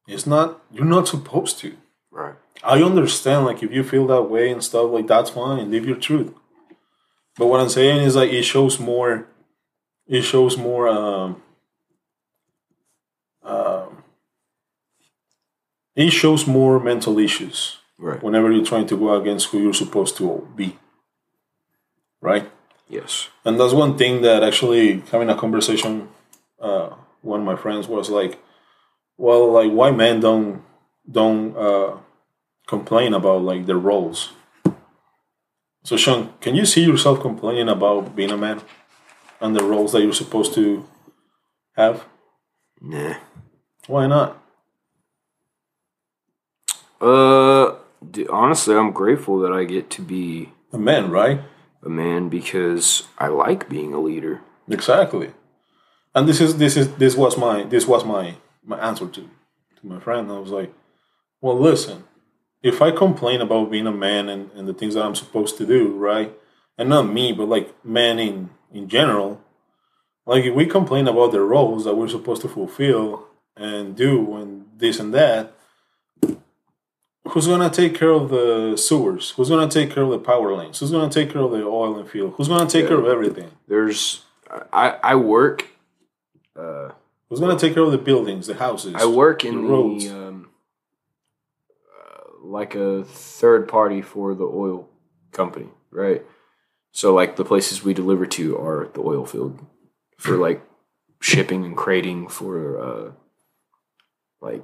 Speaker 1: is not, you're not supposed to.
Speaker 2: Right.
Speaker 1: I understand, like, if you feel that way and stuff, like, that's fine, live your truth. But what I'm saying is, like, it shows more, it shows more, um, um, it shows more mental issues
Speaker 2: Right.
Speaker 1: whenever you're trying to go against who you're supposed to be. Right?
Speaker 2: Yes.
Speaker 1: And that's one thing that actually having a conversation, uh, one of my friends was like, well, like why men don't don't uh, complain about like their roles. So Sean, can you see yourself complaining about being a man and the roles that you're supposed to have?
Speaker 2: Nah.
Speaker 1: Why not?
Speaker 2: Uh, d- honestly, I'm grateful that I get to be
Speaker 1: A man, right?
Speaker 2: a man because I like being a leader.
Speaker 1: Exactly. And this is this is this was my this was my my answer to to my friend. I was like, well, listen, if I complain about being a man and, and the things that I'm supposed to do, right? And not me, but like men in in general, like if we complain about the roles that we're supposed to fulfill and do and this and that, who's gonna take care of the sewers? Who's gonna take care of the power lines? Who's gonna take care of the oil and fuel? Who's gonna take care of everything?
Speaker 2: There's, I, I work, uh,
Speaker 1: Who's gonna take care of the buildings, the houses?
Speaker 2: I work in
Speaker 1: The roads.
Speaker 2: the, um, uh, like a third party for the oil company, right? So like the places we deliver to are the oil field for like shipping and crating for uh, like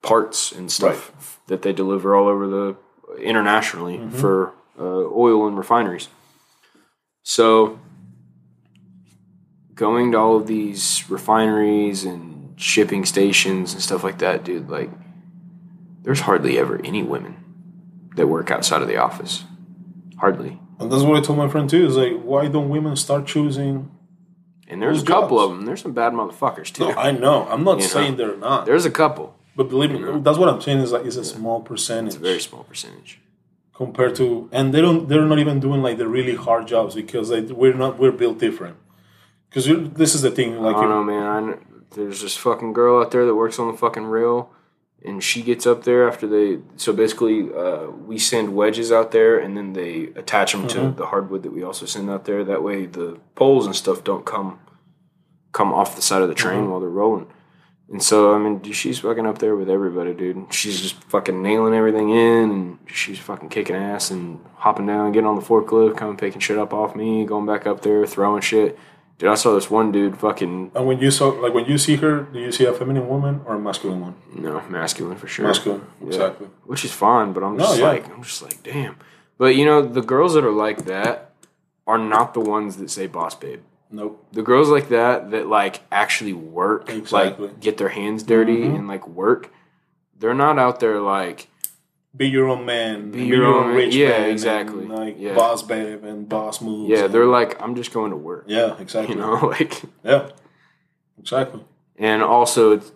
Speaker 2: parts and stuff that they deliver all over the internationally
Speaker 1: Mm-hmm.
Speaker 2: for uh, oil and refineries. So going to all of these refineries and shipping stations and stuff like that, dude, like there's hardly ever any women that work outside of the office. Hardly.
Speaker 1: And that's what I told my friend too. Is like, why don't women start choosing?
Speaker 2: And there's a
Speaker 1: Those
Speaker 2: couple
Speaker 1: jobs.
Speaker 2: of them. There's some bad motherfuckers too.
Speaker 1: No, I know. I'm not
Speaker 2: You know.
Speaker 1: saying they're not,
Speaker 2: there's a couple.
Speaker 1: but believe me, that's what I'm saying. Is like, it's a small
Speaker 2: It's
Speaker 1: percentage
Speaker 2: a very small percentage.
Speaker 1: compared to, and they don't. They're not even doing like the really hard jobs because like, we're not. We're built different. Because this is the thing. Like,
Speaker 2: I don't know, man. I kn- there's this fucking girl out there that works on the fucking rail, and she gets up there after they. So basically, uh, we send wedges out there, and then they attach them to the hardwood that we also send out there. That way, the poles and stuff don't come come off the side of the train while they're rolling. And so, I mean, dude, she's fucking up there with everybody, dude. She's just fucking nailing everything in, and she's fucking kicking ass and hopping down, getting on the forklift, coming picking shit up off me, going back up there, throwing shit. Dude, I saw this one dude fucking,
Speaker 1: And when you saw, like, when you see her, do you see a feminine woman or a masculine one?
Speaker 2: you know, masculine for sure.
Speaker 1: Masculine, exactly.
Speaker 2: which is fine, but I'm just
Speaker 1: yeah.
Speaker 2: like, I'm just like, damn. But you know, the girls that are like that are not the ones that say boss babe.
Speaker 1: Nope.
Speaker 2: The girls like that that like actually work,
Speaker 1: Exactly. Mm-hmm.
Speaker 2: like get their hands dirty and like work. They're not out there like
Speaker 1: Be your own man. Be,
Speaker 2: your own- yeah,
Speaker 1: and,
Speaker 2: exactly.
Speaker 1: like
Speaker 2: Yeah.
Speaker 1: boss babe and boss moves.
Speaker 2: yeah,
Speaker 1: and-
Speaker 2: they're like I'm just going to work,
Speaker 1: yeah, exactly.
Speaker 2: you know, like
Speaker 1: Yeah, exactly.
Speaker 2: and also it's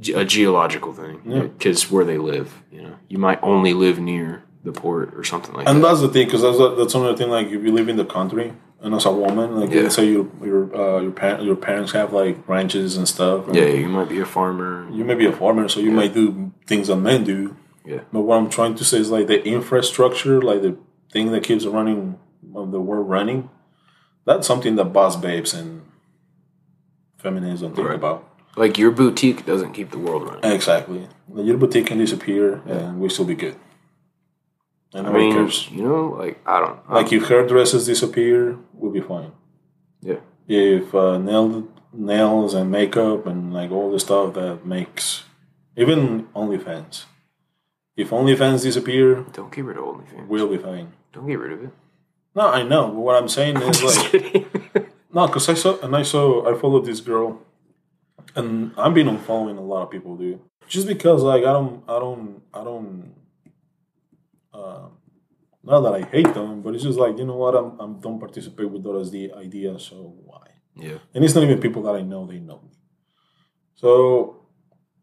Speaker 2: ge- a geological thing because where they live, you know, you might only live near the port or something like that.
Speaker 1: And that's the thing, because that's that's another thing. Like, if you live in the country, and as a woman, like,
Speaker 2: Yeah.
Speaker 1: let's say your your uh, your parents your parents have like ranches and stuff. and
Speaker 2: Yeah, you might be a farmer.
Speaker 1: you may be a farmer, so you might do things that men do.
Speaker 2: Yeah.
Speaker 1: But what I'm trying to say is like the infrastructure, like the thing that keeps running of the world running. That's something that boss babes and feminism think
Speaker 2: Right.
Speaker 1: about.
Speaker 2: Like your boutique doesn't keep the world running.
Speaker 1: Exactly. The your boutique can disappear, and we still be good. And
Speaker 2: I
Speaker 1: nobody
Speaker 2: mean,
Speaker 1: cares.
Speaker 2: you know, like I don't I-
Speaker 1: Like if hairdressers disappear, we'll be fine.
Speaker 2: yeah,
Speaker 1: if uh, nail nails and makeup and like all the stuff that makes even OnlyFans. If OnlyFans disappear,
Speaker 2: don't get rid of OnlyFans.
Speaker 1: we'll be fine.
Speaker 2: Don't get rid of it.
Speaker 1: No, I know, but what I'm saying is
Speaker 2: Just
Speaker 1: like
Speaker 2: kidding.
Speaker 1: no, because I saw and I saw I followed this girl, and I've been unfollowing a lot of people, dude. Just because like I don't I don't I don't. Uh, not that I hate them, but it's just like you know what I'm I don't participate with those the idea, so why?
Speaker 2: yeah,
Speaker 1: and it's not even people that I know. They know me. So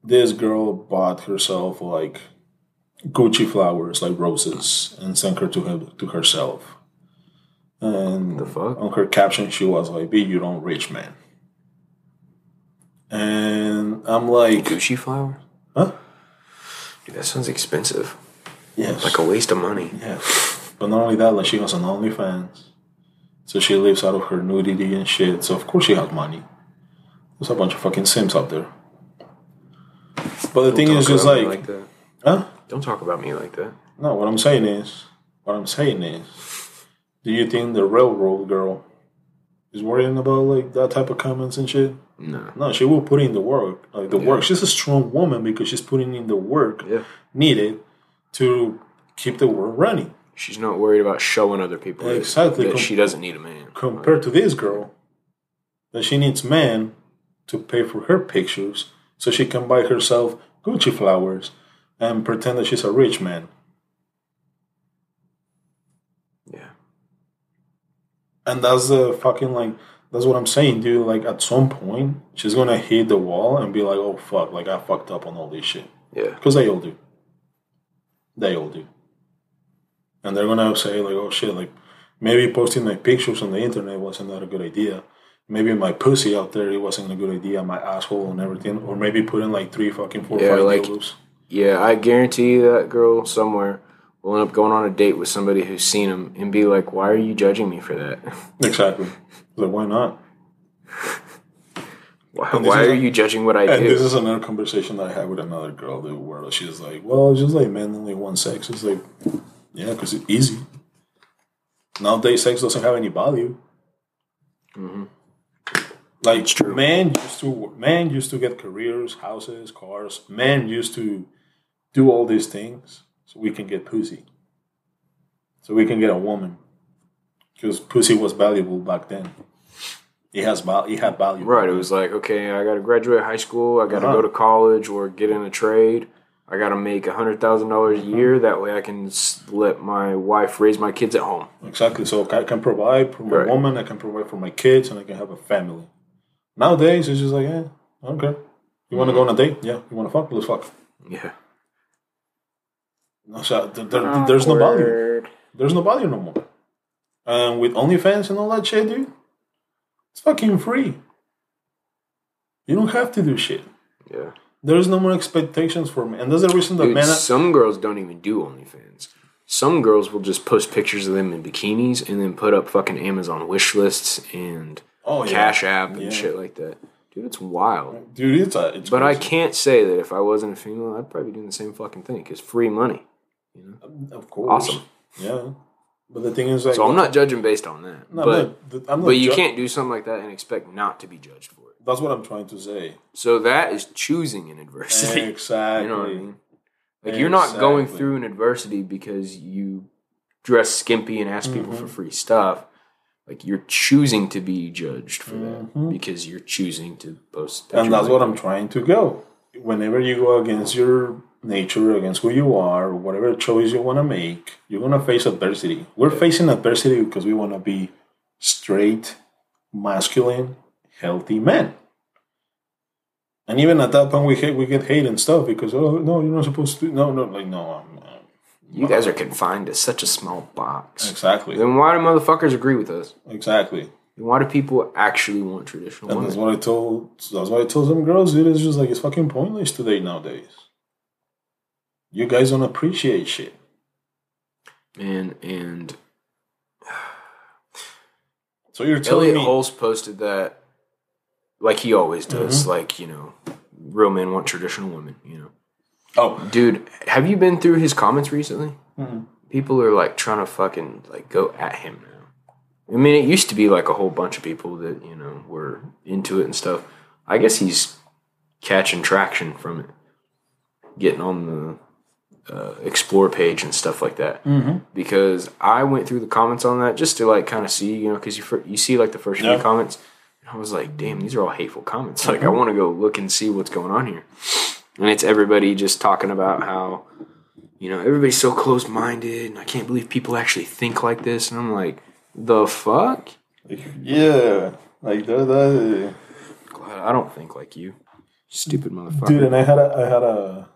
Speaker 1: this girl bought herself like Gucci flowers, like roses, and sent her to her to herself. And
Speaker 2: The fuck?
Speaker 1: on her caption, she was like, "Be your own rich man." And I'm like,
Speaker 2: Gucci flower.
Speaker 1: huh?
Speaker 2: Dude, that sounds expensive.
Speaker 1: Yes.
Speaker 2: Like a waste of money.
Speaker 1: Yeah. But not only that, like she has an OnlyFans. So she lives out of her nudity and shit. So of course she has money. There's a bunch of fucking Sims out there. But the thing
Speaker 2: Don't
Speaker 1: is
Speaker 2: talk
Speaker 1: just
Speaker 2: about me
Speaker 1: like,
Speaker 2: that.
Speaker 1: huh?
Speaker 2: Don't talk about me like that.
Speaker 1: No, what I'm saying is what I'm saying is do you think the railroad girl is worrying about like that type of comments and shit?
Speaker 2: No.
Speaker 1: No, she will put in the work. Like the work. She's a strong woman because she's putting in the work
Speaker 2: Yeah,
Speaker 1: needed to keep the world running.
Speaker 2: she's not worried about showing other people that-
Speaker 1: Exactly.
Speaker 2: that she doesn't need a man.
Speaker 1: compared to this girl that she needs men to pay for her pictures so she can buy herself Gucci flowers and pretend that she's a rich man.
Speaker 2: Yeah,
Speaker 1: And that's the fucking like that's what I'm saying, dude. Like at some point she's gonna hit the wall and be like, oh fuck, like I fucked up on all this shit.
Speaker 2: yeah.
Speaker 1: Because they all do. They all do. And they're gonna say like, oh shit, like maybe posting my pictures on the internet wasn't that a good idea. Maybe my pussy out there it wasn't a good idea, my asshole and everything, or maybe putting like three fucking four
Speaker 2: Yeah,
Speaker 1: five
Speaker 2: like-
Speaker 1: dildos.
Speaker 2: Yeah, I guarantee you that girl somewhere will end up going on a date with somebody who's seen him and be like, "Why are you judging me for that?
Speaker 1: Exactly. Like why not?
Speaker 2: Why,
Speaker 1: this
Speaker 2: why
Speaker 1: is
Speaker 2: are
Speaker 1: a-
Speaker 2: you judging what I
Speaker 1: And
Speaker 2: do?"
Speaker 1: this is another conversation that I had with another girl dude, where she's like, Well, it's just like men only want sex. It's like yeah, because it's easy. Nowadays sex doesn't have any value. Like
Speaker 2: Mm-hmm. true.
Speaker 1: men used to men used to get careers, houses, cars. Men used to do all these things so we can get pussy. So we can get a woman. Because pussy was valuable back then. It has val- it had value.
Speaker 2: Right. It was like, okay, I got to graduate high school. I got to
Speaker 1: Uh-huh.
Speaker 2: go to college or get in a trade. I got to make a hundred thousand dollars
Speaker 1: Mm-hmm.
Speaker 2: a year. That way, I can s- let my wife raise my kids at home.
Speaker 1: Exactly. So I can provide for my
Speaker 2: Right.
Speaker 1: woman, I can provide for my kids, and I can have a family. Nowadays, it's just like, yeah, I don't care. You want to go on a
Speaker 2: Mm-hmm.
Speaker 1: date? Yeah. You want to fuck? Let's fuck.
Speaker 2: Yeah.
Speaker 1: No, so th- there- there's no value. There's no value no more. And with OnlyFans and all that shit, dude, it's fucking free. You don't have to do shit.
Speaker 2: Yeah.
Speaker 1: There's no more expectations for me, and that's the reason that
Speaker 2: Dude,
Speaker 1: men.
Speaker 2: some girls don't even do OnlyFans. Some girls will just post pictures of them in bikinis and then put up fucking Amazon wish lists and
Speaker 1: Oh yeah,
Speaker 2: Cash App and
Speaker 1: Yeah.
Speaker 2: shit like that. Dude, it's wild.
Speaker 1: dude. It's a. It's
Speaker 2: But I
Speaker 1: crazy.
Speaker 2: can't say that if I wasn't a female, I'd probably be doing the same fucking thing because free money.
Speaker 1: Of course.
Speaker 2: Awesome.
Speaker 1: Yeah. But the thing is, like,
Speaker 2: So I'm not judging based on that.
Speaker 1: no,
Speaker 2: but
Speaker 1: no, th- I'm not
Speaker 2: but you
Speaker 1: ju-
Speaker 2: can't do something like that and expect not to be judged for it.
Speaker 1: That's what I'm trying to say.
Speaker 2: So that is choosing an adversity.
Speaker 1: Exactly.
Speaker 2: You know what I mean? Like you're not going
Speaker 1: Exactly.
Speaker 2: through an adversity because you dress skimpy and ask people
Speaker 1: Mm-hmm.
Speaker 2: for free stuff. Like you're choosing to be judged for that because you're choosing to post. that
Speaker 1: Mm-hmm. And
Speaker 2: you're
Speaker 1: that's
Speaker 2: like-
Speaker 1: what I'm trying to go. Whenever you go against your nature, against who you are, whatever choice you want to make, you're going to face adversity. We're facing adversity because we want to be straight, masculine, healthy men. And even at that point, we hate, we get hate and stuff because oh no, you're not supposed to. No, no, like no, I'm, I'm-
Speaker 2: you guys are confined to such a small box.
Speaker 1: exactly,
Speaker 2: Then why do motherfuckers agree with us?
Speaker 1: exactly.
Speaker 2: Then why do people actually want traditional
Speaker 1: And that's
Speaker 2: women?
Speaker 1: what I told. That's what I told some girls. Dude, it's just like it's fucking pointless today nowadays. You guys don't appreciate shit.
Speaker 2: And and
Speaker 1: So you're telling
Speaker 2: Elliot
Speaker 1: me
Speaker 2: Hulse posted that, like he always does. Like you know, real men want traditional women. You know.
Speaker 1: Oh,
Speaker 2: Dude, have you been through his comments recently? People are like trying to fucking like go at him now. I mean, it used to be like a whole bunch of people that you know were into it and stuff. I guess he's catching traction from it, getting on the uh, explore page and stuff like that. Because I went through the comments on that just to like kind of see, you know, because you fir- you see like the first
Speaker 1: Yeah.
Speaker 2: few comments, and I was like, damn, these are all hateful comments. Like, I want to go look and see what's going on here and it's everybody just talking about how you know everybody's so close-minded and i can't believe people actually think like this and i'm like the fuck
Speaker 1: yeah, like that, that-
Speaker 2: glad i don't think like you stupid motherfucker
Speaker 1: dude. And I had a, I had a,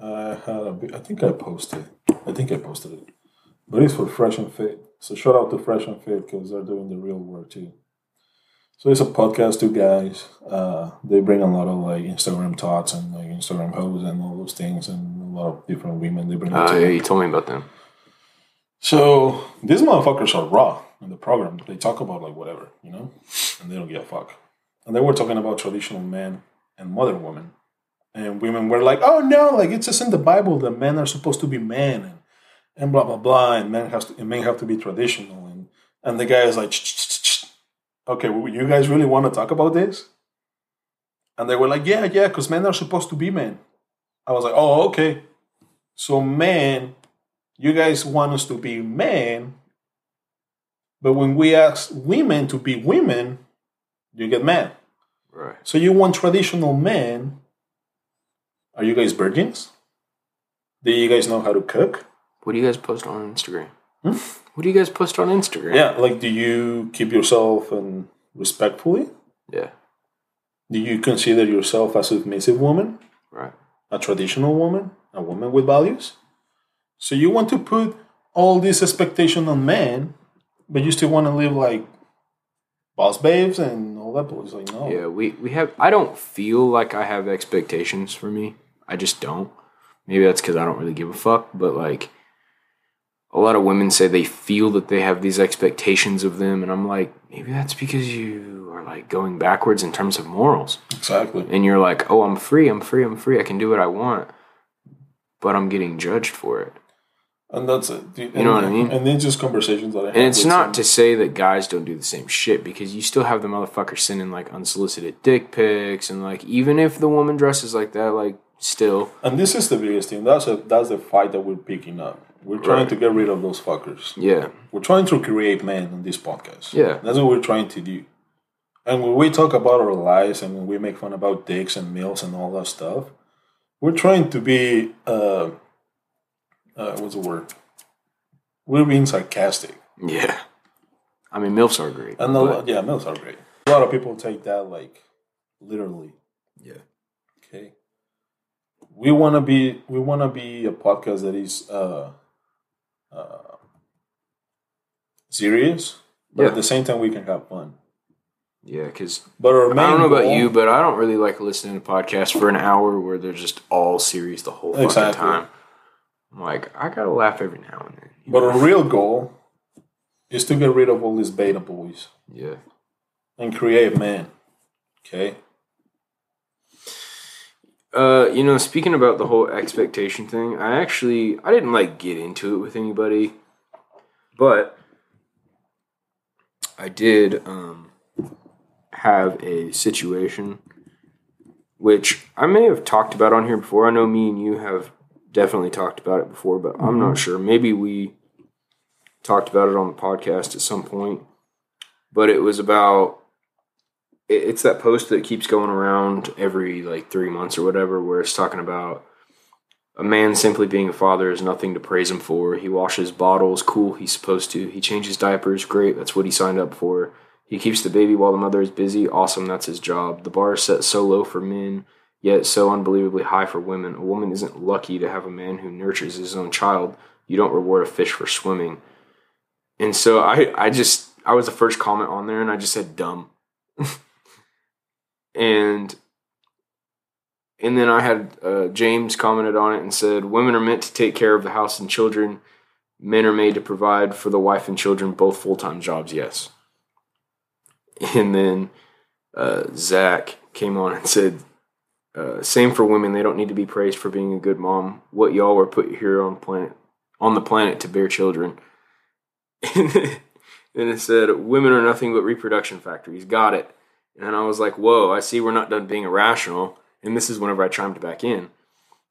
Speaker 1: I had a, I think I posted, I think I posted it, but it's for Fresh and Fit. So shout out to Fresh and Fit because they're doing the real work too. So it's a podcast, two guys. Uh, they bring a lot of like Instagram thoughts and like Instagram hoes and all those things, and a lot of different women. They bring.
Speaker 2: uh,
Speaker 1: to
Speaker 2: yeah, you told me about them
Speaker 1: So these motherfuckers are raw in the program. They talk about like whatever, you know, and they don't give a fuck. And they were talking about traditional men and modern women, and women were like, "Oh no, like it says in the Bible that men are supposed to be men and, and blah blah blah, and men has to and men have to be traditional." And and the guy is like, "Ch- ch- ch- ch- "Okay, well, you guys really want to talk about this?" And they were like, "Yeah, yeah, because men are supposed to be men." I was like, "Oh, okay." So men you guys want us to be men, but when we ask women to be women, you get mad.
Speaker 2: right
Speaker 1: So you want traditional men. Are you guys virgins? Do you guys know how to cook?
Speaker 2: what do you guys post on instagram what do you guys post on instagram
Speaker 1: Hmm? Yeah, like do you keep yourself and respectfully?
Speaker 2: yeah
Speaker 1: Do you consider yourself a submissive woman?
Speaker 2: right
Speaker 1: a traditional woman, a woman with values. So you want to put all this expectation on men, but you still want to live like boss babes and all that. But it's like no,
Speaker 2: yeah we we have i don't feel like i have expectations for me i just don't maybe that's because i don't really give a fuck but like a lot of women say they feel that they have these expectations of them and i'm like maybe that's because you are like going backwards in terms of morals
Speaker 1: exactly.
Speaker 2: and you're like oh i'm free i'm free i'm free i can do what i want but i'm getting judged for it
Speaker 1: And that's it. You
Speaker 2: know what I mean?
Speaker 1: And these just conversations that I have.
Speaker 2: And it's
Speaker 1: with
Speaker 2: not
Speaker 1: some-
Speaker 2: to say that guys don't do the same shit because you still have the motherfucker sending like unsolicited dick pics and like even if the woman dresses like that, like still
Speaker 1: and this is the biggest thing. That's a, that's the fight that we're picking up. We're trying
Speaker 2: Right.
Speaker 1: to get rid of those fuckers.
Speaker 2: yeah.
Speaker 1: We're trying to create men in this podcast.
Speaker 2: Yeah.
Speaker 1: That's what we're trying to do. And when we talk about our lives and when we make fun about dicks and meals and all that stuff, we're trying to be, uh, uh, what's the word? We're being sarcastic.
Speaker 2: Yeah. I mean MILFs are great.
Speaker 1: And a
Speaker 2: but-
Speaker 1: lot, yeah, meals are great. A lot of people take that like literally.
Speaker 2: yeah.
Speaker 1: Okay. We want to be we want to be a podcast that is uh, uh, serious, but at
Speaker 2: Yeah.
Speaker 1: the same time we can have fun.
Speaker 2: Yeah, because
Speaker 1: But our main
Speaker 2: I don't know about
Speaker 1: goal-
Speaker 2: you, but I don't really like listening to podcasts for an hour where they're just all serious the whole fucking
Speaker 1: Exactly.
Speaker 2: time. I'm like, I gotta laugh every now and then. you
Speaker 1: But
Speaker 2: know?
Speaker 1: our real goal is to get rid of all these beta boys
Speaker 2: yeah.
Speaker 1: and create, man. Okay.
Speaker 2: Uh, you know, speaking about the whole expectation thing, I actually I didn't like get into it with anybody, but I did um have a situation which I may have talked about on here before. I know me and you have definitely talked about it before, but I'm not sure. Maybe we talked about it on the podcast at some point. But it was about it- it's that post that keeps going around every like three months or whatever, where it's talking about a man simply being a father is nothing to praise him for. He washes bottles, cool, he's supposed to. He changes diapers, great, that's what he signed up for. He keeps the baby while the mother is busy, awesome, that's his job. The bar is set so low for men, yet so unbelievably high for women. A woman isn't lucky to have a man who nurtures his own child. You don't reward a fish for swimming. And so I, I just, I was the first comment on there and I just said dumb and and then I had uh, James commented on it and said, "Women are meant to take care of the house and children. Men are made to provide for the wife and children, both full time jobs." Yes. And then uh, Zach came on and said, uh, "Same for women. They don't need to be praised for being a good mom. What y'all were put here on planet on the planet to bear children." And then and it said, "Women are nothing but reproduction factories." Got it. And I was like, whoa, I see we're not done being irrational. And this is whenever I chimed back in.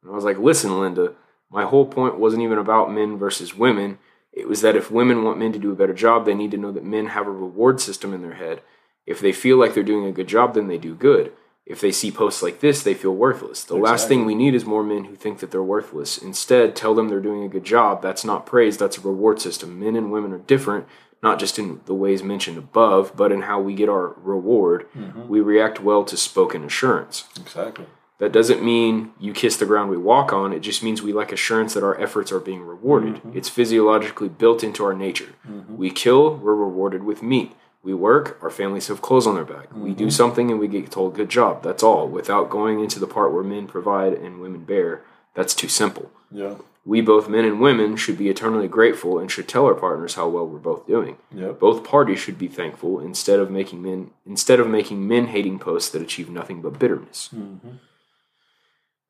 Speaker 2: And I was like, listen, Linda, my whole point wasn't even about men versus women. It was that if women want men to do a better job, they need to know that men have a reward system in their head. If they feel like they're doing a good job, then they do good. If they see posts like this, they feel worthless. The last thing we need is more men who think that they're worthless. Instead, tell them they're doing a good job. That's not praise, that's a reward system. Men and women are different, not just in the ways mentioned above, but in how we get our reward. We react well to spoken assurance.
Speaker 1: Exactly.
Speaker 2: That doesn't mean you kiss the ground we walk on. It just means we lack assurance that our efforts are being rewarded. It's physiologically built into our nature. We kill, we're rewarded with meat. We work, our families have clothes on their back. We do something and we get told good job. That's all, without going into the part where men provide and women bear. That's too simple.
Speaker 1: Yeah.
Speaker 2: We, both men and women, should be eternally grateful and should tell our partners how well we're both doing.
Speaker 1: Yep.
Speaker 2: Both parties should be thankful instead of making men instead of making men hating posts that achieve nothing but bitterness.
Speaker 1: Mm-hmm.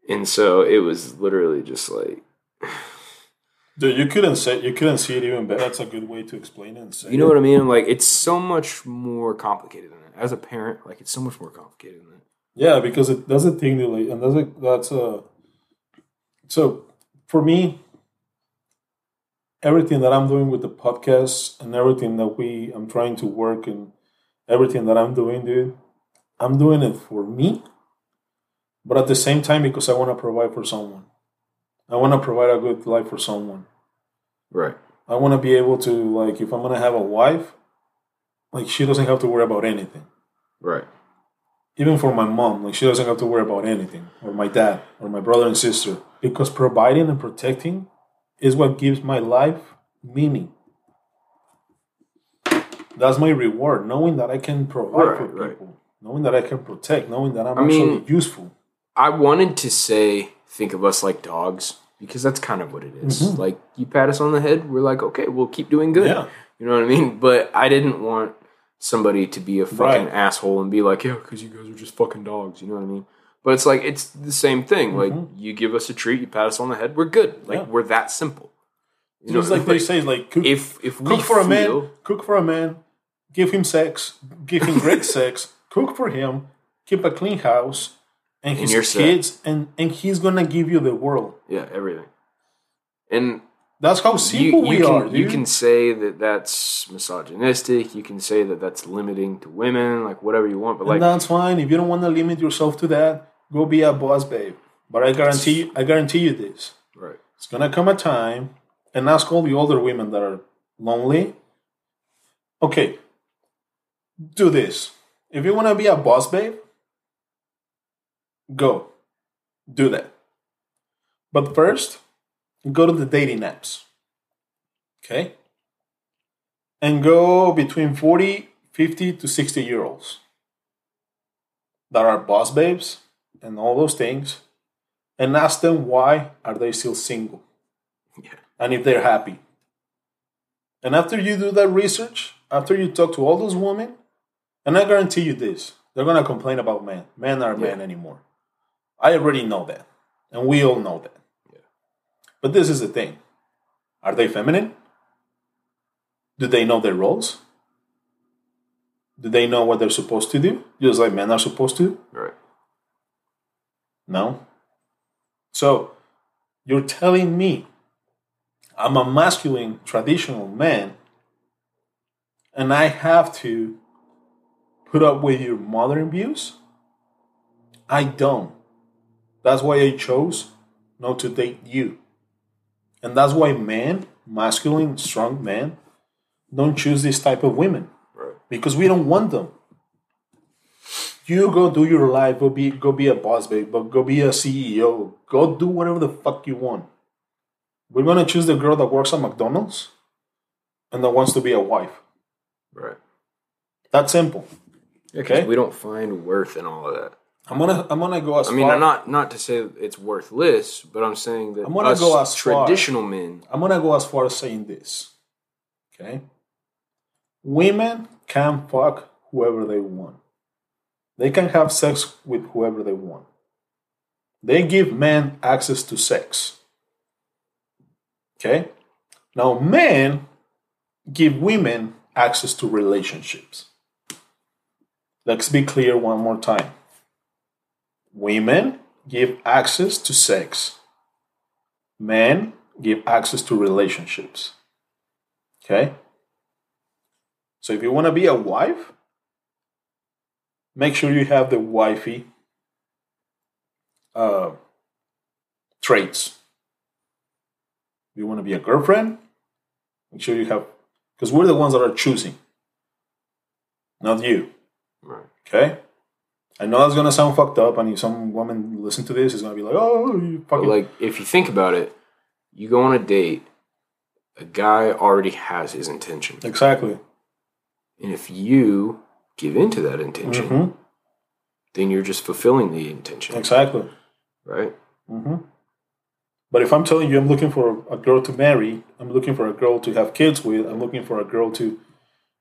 Speaker 2: And so it was literally just like
Speaker 1: Dude, you couldn't say you couldn't see it even better. That's a good way to explain it. And say
Speaker 2: you know what I mean? I'm like it's so much more complicated than that. As a parent, like it's so much more complicated than that.
Speaker 1: Yeah, because it that's the thing, that, like, and that's a, that's a. So, for me, everything that I'm doing with the podcast and everything that we I'm trying to work and everything that I'm doing, dude, I'm doing it for me. But at the same time, because I want to provide for someone, I want to provide a good life for someone.
Speaker 2: Right.
Speaker 1: I want to be able to like if I'm gonna have a wife, like she doesn't have to worry about anything.
Speaker 2: Right.
Speaker 1: Even for my mom, like she doesn't have to worry about anything, or my dad, or my brother and sister, because providing and protecting is what gives my life meaning. That's my reward, knowing that I can provide for
Speaker 2: Right, right.
Speaker 1: people, knowing that I can protect, knowing that I'm
Speaker 2: I mean-
Speaker 1: actually useful.
Speaker 2: I wanted to say think of us like dogs because that's kind of what it is. Like you pat us on the head, we're like, okay, we'll keep doing good.
Speaker 1: Mm-hmm. Yeah.
Speaker 2: You know what I mean? But I didn't want somebody to be a fucking
Speaker 1: Right.
Speaker 2: asshole and be like, yeah, because you guys are just fucking dogs. You know what I mean? But it's like it's the same thing. Like you give us a treat, you pat us on the head, we're good. Like
Speaker 1: Mm-hmm. Yeah.
Speaker 2: we're that simple. You
Speaker 1: Just like they say, like cook,
Speaker 2: if if we
Speaker 1: cook for a
Speaker 2: feel-
Speaker 1: man, cook for a man, give him sex, give him great sex, cook for him, keep a clean house, and his
Speaker 2: you're set.
Speaker 1: kids, and and he's gonna give you the world.
Speaker 2: yeah, everything. And
Speaker 1: That's how
Speaker 2: you,
Speaker 1: simple
Speaker 2: you
Speaker 1: we
Speaker 2: can,
Speaker 1: are. Dude.
Speaker 2: You can say that that's misogynistic. You can say that that's limiting to women, like whatever you want. But like,
Speaker 1: and that's fine. If you don't want to limit yourself to that, go be a boss, babe. But I guarantee, you, I guarantee you this:
Speaker 2: right,
Speaker 1: it's gonna come a time, and ask all the older women that are lonely. Okay, do this. If you wanna be a boss, babe, go, do that. But first, go to the dating apps. Okay? And go between 40, 50 to 60 year olds that are boss babes and all those things and ask them why are they still single
Speaker 2: yeah,
Speaker 1: and if they're happy. And after you do that research, after you talk to all those women, And I guarantee you this they're going to complain about men. Men aren't men anymore. I already know that. And we all know that. But this is the thing are they feminine? Do they know their roles? Do they know what they're supposed to do? Just like men are supposed to?
Speaker 2: Right.
Speaker 1: No. So you're telling me I'm a masculine traditional man and I have to put up with your modern views? I don't. That's why I chose not to date you. And that's why men, masculine, strong men, don't choose this type of women
Speaker 2: Right.
Speaker 1: because we don't want them. You go do your life, go be go be a boss, babe, but go be a CEO. Go do whatever the fuck you want. We're gonna choose the girl that works at McDonald's and that wants to be a wife.
Speaker 2: Right.
Speaker 1: That's simple.
Speaker 2: Because
Speaker 1: Okay.
Speaker 2: we don't find worth in all of that.
Speaker 1: I'm gonna I'm gonna go as
Speaker 2: I mean,
Speaker 1: far.
Speaker 2: I'm not not to say it's worthless, but I'm saying that
Speaker 1: I'm gonna
Speaker 2: us
Speaker 1: go as far.
Speaker 2: traditional men.
Speaker 1: I'm gonna go as far as saying this. Okay. Women can fuck whoever they want. They can have sex with whoever they want. They give men access to sex. Okay? Now men give women access to relationships. Let's be clear one more time. Women give access to sex men give access to relationships. Okay? So if you want to be a wife, make sure you have the wifey uh, traits. You want to be a girlfriend? Make sure you have, because we're the ones that are choosing, not you.
Speaker 2: Right.
Speaker 1: Okay? I know that's gonna sound fucked up, and if some woman listen to this is gonna be like, "Oh, you
Speaker 2: But
Speaker 1: fucking
Speaker 2: like, if you think about it, you go on a date. A guy already has his intention,
Speaker 1: exactly."
Speaker 2: and if you give into that intention,
Speaker 1: hmm
Speaker 2: then you're just fulfilling the intention,
Speaker 1: Exactly.
Speaker 2: right? Mm-hmm.
Speaker 1: hmm But if I'm telling you I'm looking for a girl to marry, I'm looking for a girl to have kids with, I'm looking for a girl to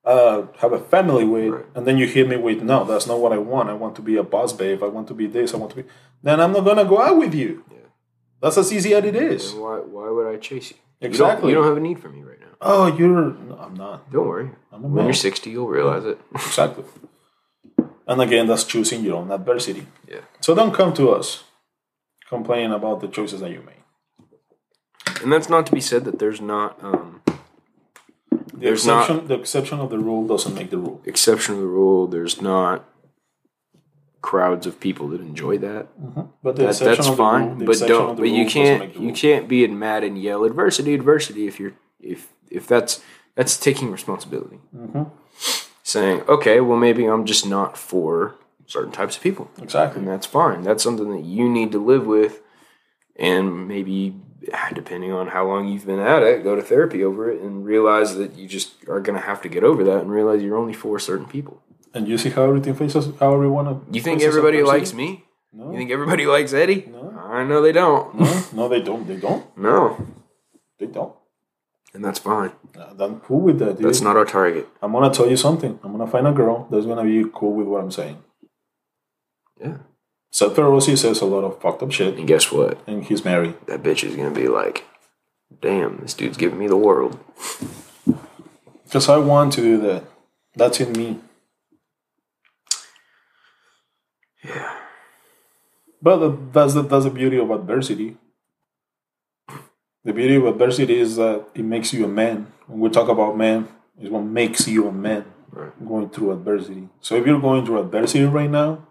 Speaker 1: uh, have a family with,
Speaker 2: Right.
Speaker 1: and then you hit me with, no, that's not what I want. I want to be a boss babe. I want to be this. I want to be. Then I'm not going to go out with you.
Speaker 2: Yeah.
Speaker 1: That's as easy as it is.
Speaker 2: Then why why would I chase you? You don't-
Speaker 1: Exactly.
Speaker 2: You don't, have a need for me right now.
Speaker 1: Oh, you're. No, I'm not.
Speaker 2: Don't worry.
Speaker 1: I'm a
Speaker 2: When
Speaker 1: man.
Speaker 2: you're 60, you'll realize it.
Speaker 1: Exactly. And again, that's choosing your own adversity.
Speaker 2: yeah.
Speaker 1: So don't come to us complaining about the choices that you made.
Speaker 2: And that's not to be said that there's not um,
Speaker 1: The
Speaker 2: There's not-
Speaker 1: exception, the exception of the rule doesn't make the rule.
Speaker 2: exception to the rule. There's not crowds of people that enjoy that.
Speaker 1: But the
Speaker 2: That-
Speaker 1: exception
Speaker 2: that's
Speaker 1: of the
Speaker 2: fine,
Speaker 1: rule, the
Speaker 2: but
Speaker 1: exception
Speaker 2: don't.
Speaker 1: of the
Speaker 2: But you
Speaker 1: rule doesn't
Speaker 2: can't.
Speaker 1: make the
Speaker 2: You
Speaker 1: rule.
Speaker 2: can't be in mad and yell adversity, adversity. If you're if if that's that's taking responsibility.
Speaker 1: Mm-hmm.
Speaker 2: Saying okay, well maybe I'm just not for certain types of people,
Speaker 1: Exactly.
Speaker 2: and that's fine. That's something that you need to live with, and maybe depending on how long you've been at it, go to therapy over it and realize that you just are going to have to get over that and realize you're only for certain people.
Speaker 1: And you see how everything faces how everyone.
Speaker 2: You think everybody likes me?
Speaker 1: No.
Speaker 2: You think everybody likes Eddie? No. I know they don't.
Speaker 1: No, no, they don't. They don't.
Speaker 2: No.
Speaker 1: They don't.
Speaker 2: And that's fine.
Speaker 1: Uh, I'm cool with that. Dude.
Speaker 2: That's not our target.
Speaker 1: I'm gonna tell you something. I'm gonna find a girl that's gonna be cool with what I'm saying.
Speaker 2: Yeah.
Speaker 1: Seth Ferrosi says a lot of fucked up shit,
Speaker 2: And guess what?
Speaker 1: and he's married.
Speaker 2: That bitch is gonna be like, damn, this dude's giving me the world.
Speaker 1: Because I want to do that. That's in me.
Speaker 2: Yeah.
Speaker 1: But that's the, that's the beauty of adversity. The beauty of adversity is that it makes you a man. When we talk about man, is what makes you a man.
Speaker 2: Right.
Speaker 1: Going through adversity. So if you're going through adversity right now,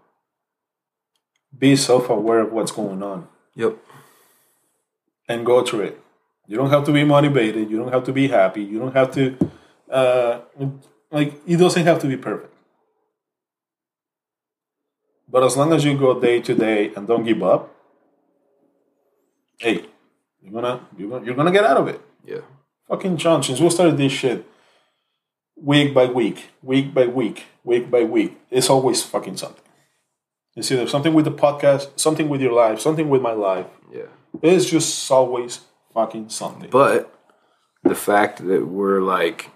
Speaker 1: be self-aware of what's going on
Speaker 2: Yep.
Speaker 1: and go through it. You don't have to be motivated. You don't have to be happy. You don't have to, uh, like, it doesn't have to be perfect. But as long as you go day to day and don't give up, hey, you're gonna you're gonna, you're gonna get out of it.
Speaker 2: Yeah.
Speaker 1: Fucking John, since we started this shit, week by week, week by week, week by week, it's always fucking something. It's either something with the podcast, something with your life, something with my life.
Speaker 2: Yeah.
Speaker 1: It's just always fucking something. Mm-hmm.
Speaker 2: But the fact that we're like,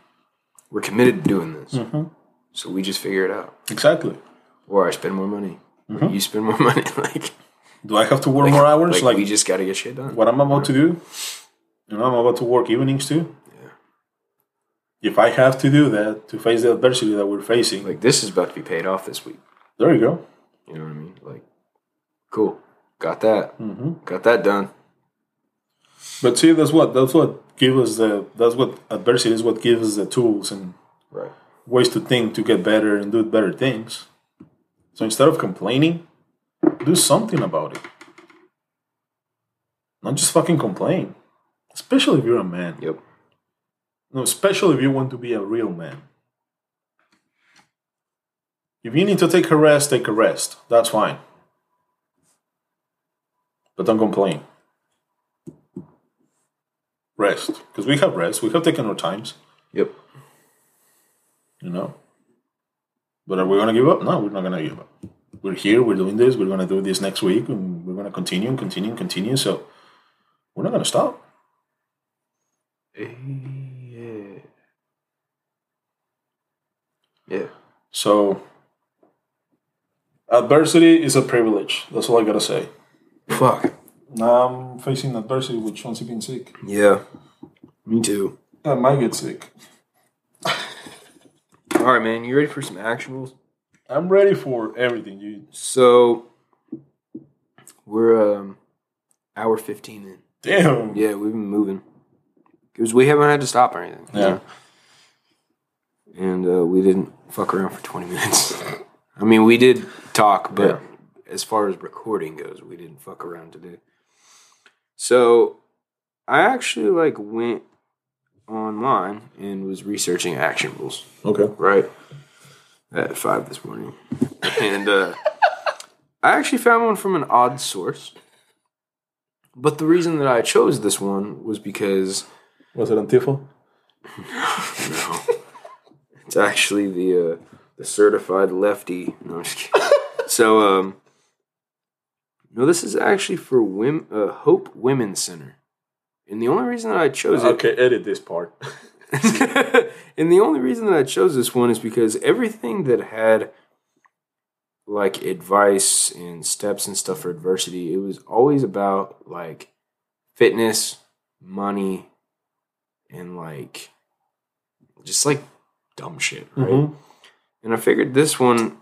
Speaker 2: we're committed to doing this. So we just figure it out.
Speaker 1: Exactly.
Speaker 2: Or I spend more money. Or you spend more money. like,
Speaker 1: Do Mm-hmm. I have to work more hours?
Speaker 2: like,
Speaker 1: Like,
Speaker 2: we just got to get shit done.
Speaker 1: what I'm about to do? You know, I'm about to work evenings too. Yeah. If I have to do that to face the adversity that we're facing,
Speaker 2: Like this is about to be paid off this week.
Speaker 1: there you go.
Speaker 2: You know what I mean? Like, cool. Got that.
Speaker 1: Mm-hmm.
Speaker 2: Got that done.
Speaker 1: But see, that's what that's what give us the that's what adversity is what gives us the tools and
Speaker 2: Right.
Speaker 1: ways to think to get better and do better things. So instead of complaining, do something about it. Not just fucking complain. Especially if you're a man.
Speaker 2: Yep.
Speaker 1: No, especially if you want to be a real man. If you need to take a rest, take a rest. That's fine. But don't complain. Rest. Because we have rest. We have taken our times,
Speaker 2: Yep.
Speaker 1: you know. But are we going to give up? No, we're not going to give up. We're here. We're doing this. We're going to do this next week. And we're going to continue and continue and continue. So we're not going to stop.
Speaker 2: Yeah. Yeah.
Speaker 1: So adversity is a privilege. That's all I gotta say.
Speaker 2: Fuck.
Speaker 1: Now I'm facing adversity with Chauncey being sick.
Speaker 2: Yeah. Me too.
Speaker 1: I might get sick.
Speaker 2: All right, man. You ready for some actuals?
Speaker 1: I'm ready for everything. You
Speaker 2: So we're um hour fifteen in.
Speaker 1: damn.
Speaker 2: Yeah, we've been moving because we haven't had to stop or anything. you
Speaker 1: Yeah.
Speaker 2: know? And uh, we didn't fuck around for twenty minutes. I mean, we did talk, but as far as recording goes, we didn't fuck around today. So I actually like went online and was researching action rules
Speaker 1: Okay.
Speaker 2: right at five this morning and uh, i actually found one from an odd source but the reason that i chose this one was because
Speaker 1: Was it on Tifo?
Speaker 2: it's actually the uh, the certified lefty no i'm just kidding so um no this is actually for Wim, uh, hope women's center and the only reason that i chose it
Speaker 1: Okay, edit this part.
Speaker 2: and the only reason that I chose this one is because everything that had like advice and steps and stuff for adversity, it was always about like fitness, money, and like just like dumb shit, right?
Speaker 1: Mhm.
Speaker 2: And I figured this one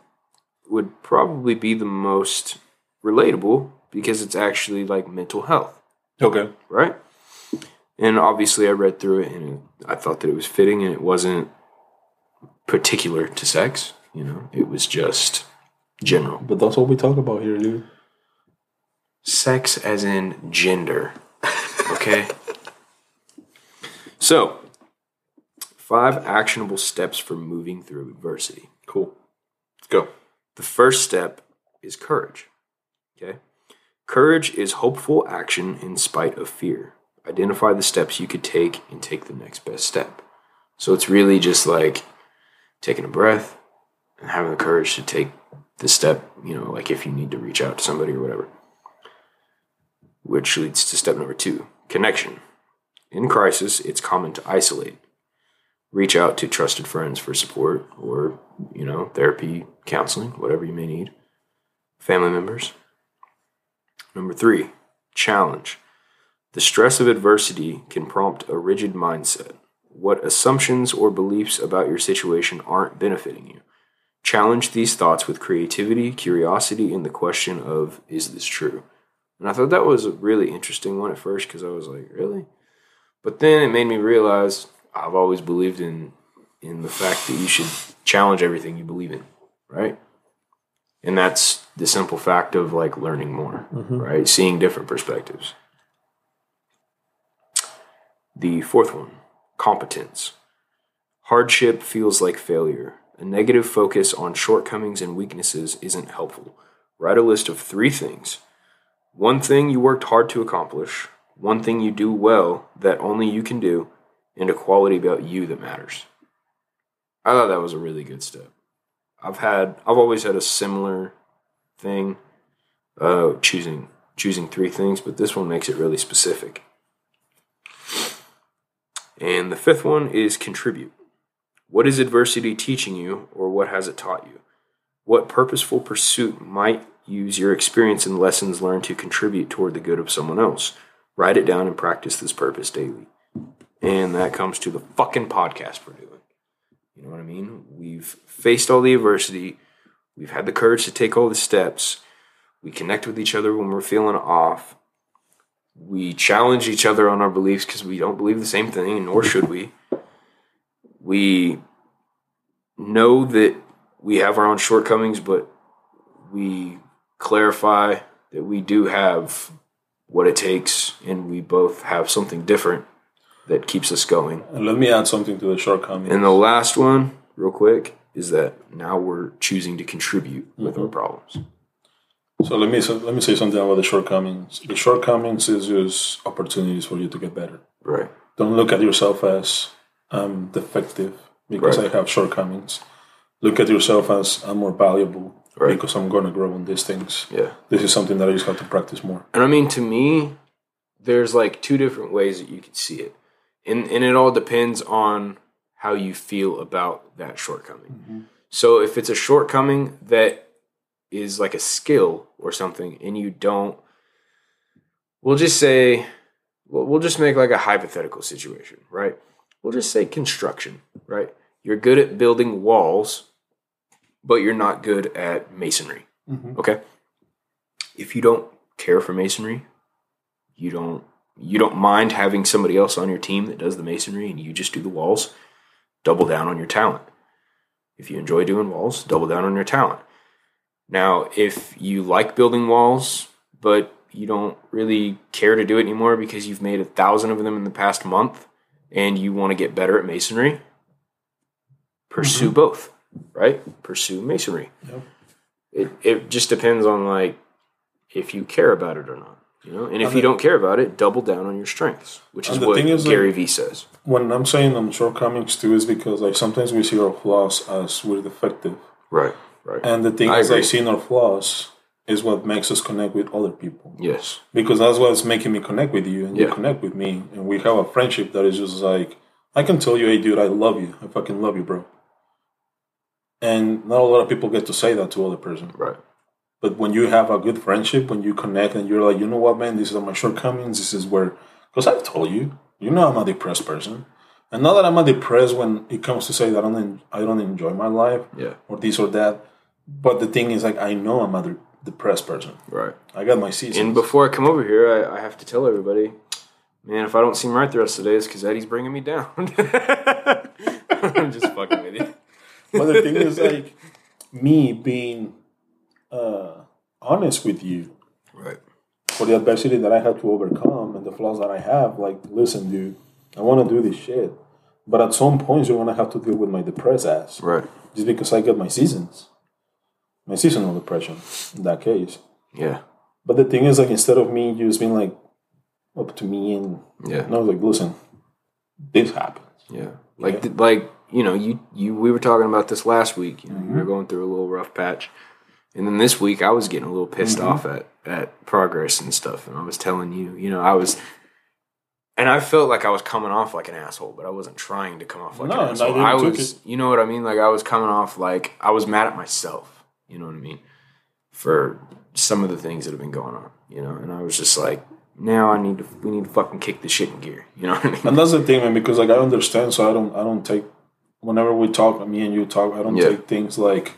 Speaker 2: would probably be the most relatable because it's actually like mental health
Speaker 1: Okay.
Speaker 2: right? And obviously, I read through it and I thought that it was fitting and it wasn't particular to sex, you know, it was just general.
Speaker 1: But that's what we talk about here, dude.
Speaker 2: Sex as in gender, okay? so, five actionable steps for moving through adversity.
Speaker 1: Cool. Let's go.
Speaker 2: The first step is courage. Okay? Courage is hopeful action in spite of fear. Identify the steps you could take and take the next best step. So it's really just like taking a breath and having the courage to take the step, you know, like if you need to reach out to somebody or whatever. Which leads to step number two connection. In crisis, it's common to isolate reach out to trusted friends for support or you know therapy counseling whatever you may need family members number three challenge the stress of adversity can prompt a rigid mindset what assumptions or beliefs about your situation aren't benefiting you challenge these thoughts with creativity curiosity and the question of is this true and i thought that was a really interesting one at first because i was like really but then it made me realize I've always believed in in the fact that you should challenge everything you believe in, right? And that's the simple fact of like learning more, right? Seeing different perspectives. The fourth one, competence. Hardship feels like failure. A negative focus on shortcomings and weaknesses isn't helpful. Write a list of three things one thing you worked hard to accomplish, one thing you do well that only you can do, and a quality about you that matters. I thought that was a really good step. I've had I've always had a similar thing uh choosing choosing three things, but this one makes it really specific. And the fifth one is contribute. What is adversity teaching you, or what has it taught you? What purposeful pursuit might use your experience and lessons learned to contribute toward the good of someone else? Write it down and practice this purpose daily. And that comes to the fucking podcast we're doing. You know what I mean? We've faced all the adversity. We've had the courage to take all the steps. We connect with each other when we're feeling off. We challenge each other on our beliefs because we don't believe the same thing, nor should we. We know that we have our own shortcomings, but we clarify that we do have what it takes and we both have something different that keeps us going.
Speaker 1: And let me add something to the shortcoming.
Speaker 2: And the last one, real quick, is that now we're choosing to contribute with our problems.
Speaker 1: So let me so let me say something about the shortcomings. The shortcomings is just opportunities for you to get better.
Speaker 2: Right.
Speaker 1: Don't look at yourself as I'm defective because
Speaker 2: Right.
Speaker 1: I have shortcomings. Look at yourself as I'm more valuable
Speaker 2: Right.
Speaker 1: because I'm gonna grow on these things.
Speaker 2: Yeah.
Speaker 1: This is something that I just have to practice more.
Speaker 2: And I mean, to me, there's like two different ways that you could see it. And, and it all depends on how you feel about that shortcoming. So if it's a shortcoming that is like a skill or something, and you don't, we'll just say, we'll, we'll just make like a hypothetical situation, right? We'll just say construction, right? You're good at building walls, but you're not good at masonry.
Speaker 1: Mhm.
Speaker 2: Okay. If you don't care for masonry, you don't you don't mind having somebody else on your team that does the masonry and you just do the walls, double down on your talent. If you enjoy doing walls, double down on your talent. Now, if you like building walls, but you don't really care to do it anymore because you've made a thousand of them in the past month and you want to get better at masonry, pursue both, right? Pursue masonry.
Speaker 1: Mm-hmm. Yep.
Speaker 2: It, it just depends on like if you care about it or not. You know, and if
Speaker 1: And
Speaker 2: you
Speaker 1: the-
Speaker 2: don't care about it, double down on your strengths, which is
Speaker 1: And the
Speaker 2: what
Speaker 1: thing is, like-
Speaker 2: Gary Vee says.
Speaker 1: When I'm saying I'm shortcomings too is because like sometimes we see our flaws as we're defective.
Speaker 2: Right. Right.
Speaker 1: And the thing
Speaker 2: I
Speaker 1: is
Speaker 2: agree.
Speaker 1: like seeing our flaws is what makes us connect with other people.
Speaker 2: yes.
Speaker 1: because that's what's making me connect with you and
Speaker 2: Yeah.
Speaker 1: you connect with me and we have a friendship that is just like i can tell you hey dude i love you i fucking love you bro and not a lot of people get to say that to other person
Speaker 2: Right.
Speaker 1: but when you have a good friendship when you connect and you're like you know what man these are my shortcomings this is where because i've told you you know i'm a depressed person and not that i'm a depressed when it comes to say that i don't, en- I don't enjoy my life
Speaker 2: Yeah.
Speaker 1: or this or that but the thing is like i know i'm a de- depressed person
Speaker 2: Right.
Speaker 1: i got my seasons
Speaker 2: And before I come over here, I, I have to tell everybody, man, if I don't seem right the rest of the day, it's because Eddie's bringing me down. I'm just fucking with you.
Speaker 1: But the thing is, like, me being uh, honest with you
Speaker 2: Right.
Speaker 1: for the adversity that I had to overcome and the flaws that I have, like, listen, dude, I want to do this shit. But at some point, you're going to have to deal with my depressed ass
Speaker 2: Right.
Speaker 1: just because I get my seasons, my seasonal depression in that case.
Speaker 2: Yeah.
Speaker 1: But the thing is, like, instead of me just being like up to me and
Speaker 2: Yeah.
Speaker 1: and I was like, listen, this happened.
Speaker 2: Yeah. Like th- like you know you you we were talking about this last week. You know,
Speaker 1: Mm-hmm.
Speaker 2: you were going through a little rough patch, and then this week I was getting a little pissed
Speaker 1: Mm-hmm.
Speaker 2: off at at progress and stuff, and I was telling you, you know, I was. And I felt like I was coming off like an asshole, but I wasn't trying to come off like
Speaker 1: No,
Speaker 2: an
Speaker 1: and I
Speaker 2: asshole.
Speaker 1: didn't
Speaker 2: I
Speaker 1: took
Speaker 2: was, you know what I mean? Like I was coming off like I was mad at myself. You know what I mean? For some of the things that have been going on, you know. And I was just like, now I need to, we need to fucking kick the shit in gear. You know what I mean?
Speaker 1: And that's the thing, man, because like I understand, so I don't I don't take whenever we talk, me and you talk, I don't
Speaker 2: Yeah.
Speaker 1: take things like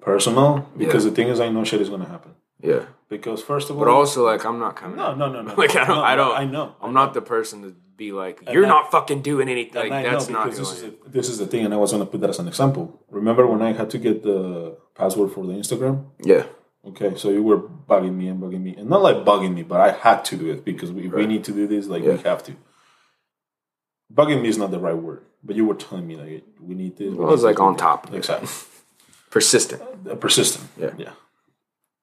Speaker 1: personal because the thing is I know shit is gonna happen.
Speaker 2: Yeah.
Speaker 1: Because first of all
Speaker 2: But also, like, I'm not coming.
Speaker 1: No, no, no, no.
Speaker 2: Like I don't,
Speaker 1: no,
Speaker 2: I don't,
Speaker 1: I know.
Speaker 2: I'm not the person to be like, you're
Speaker 1: I-
Speaker 2: not fucking doing anything. Like,
Speaker 1: I
Speaker 2: that's
Speaker 1: know
Speaker 2: not.
Speaker 1: because
Speaker 2: Who
Speaker 1: this
Speaker 2: I
Speaker 1: is,
Speaker 2: am.
Speaker 1: the, this is the thing, and I was gonna put that as an example. Remember when I had to get the password for the Instagram?
Speaker 2: Yeah,
Speaker 1: Okay, so you were bugging me and bugging me, and not like bugging me, but I had to do it because we, we need to do this, like we
Speaker 2: Yeah.
Speaker 1: have to. Bugging me is not the right word, but you were telling me like we need this.
Speaker 2: I was like on top, of it.
Speaker 1: Exactly.
Speaker 2: persistent.
Speaker 1: Uh, persistent.
Speaker 2: Yeah.
Speaker 1: Yeah.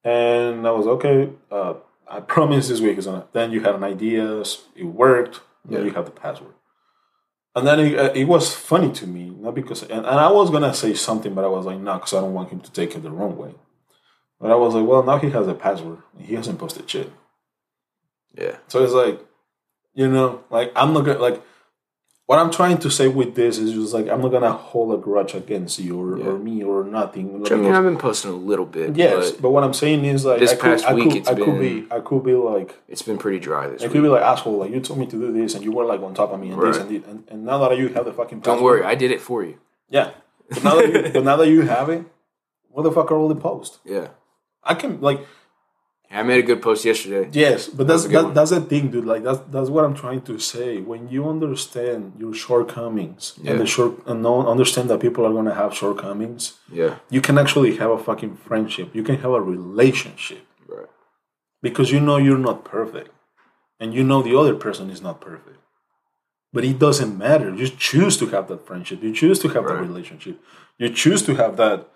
Speaker 1: And I was okay. Uh, I promise this week is on it. Then you had an idea. s- It worked. Then
Speaker 2: Yeah.
Speaker 1: you had the password. And then it, uh, it was funny to me, not because, and, and I was going to say something, but I was like, no, because I don't want him to take it the wrong way. But I was like, well, now he has a password. And he hasn't posted shit.
Speaker 2: Yeah,
Speaker 1: So it's like, you know, like I'm not gonna like what I'm trying to say with this is just like I'm not gonna hold a grudge against you or, or me or nothing.
Speaker 2: I mean, I've been posting a little bit.
Speaker 1: yes,
Speaker 2: but
Speaker 1: but, what I'm saying is like
Speaker 2: This
Speaker 1: I could,
Speaker 2: past
Speaker 1: I
Speaker 2: week
Speaker 1: could,
Speaker 2: it's
Speaker 1: I could
Speaker 2: been-
Speaker 1: be I could be like
Speaker 2: it's been pretty dry this
Speaker 1: I
Speaker 2: week.
Speaker 1: could be like asshole like you told me to do this and you were like on top of me and this
Speaker 2: Right.
Speaker 1: and, this. and and now that you have the fucking
Speaker 2: Don't
Speaker 1: password-
Speaker 2: worry, I did it for you.
Speaker 1: yeah but now that you, but now that you have it what the fuck are all the posts
Speaker 2: Yeah,
Speaker 1: I can like
Speaker 2: I made a good post yesterday.
Speaker 1: Yes, but that's
Speaker 2: That's a good
Speaker 1: that,
Speaker 2: one.
Speaker 1: that's the thing, dude. Like that's that's what I'm trying to say. When you understand your shortcomings and the short and know- understand that people are gonna have shortcomings,
Speaker 2: Yeah,
Speaker 1: you can actually have a fucking friendship. You can have a relationship
Speaker 2: right.
Speaker 1: because you know you're not perfect, and you know the other person is not perfect. But it doesn't matter. You choose to have that friendship. You choose to have that
Speaker 2: Right.
Speaker 1: relationship. You choose to have that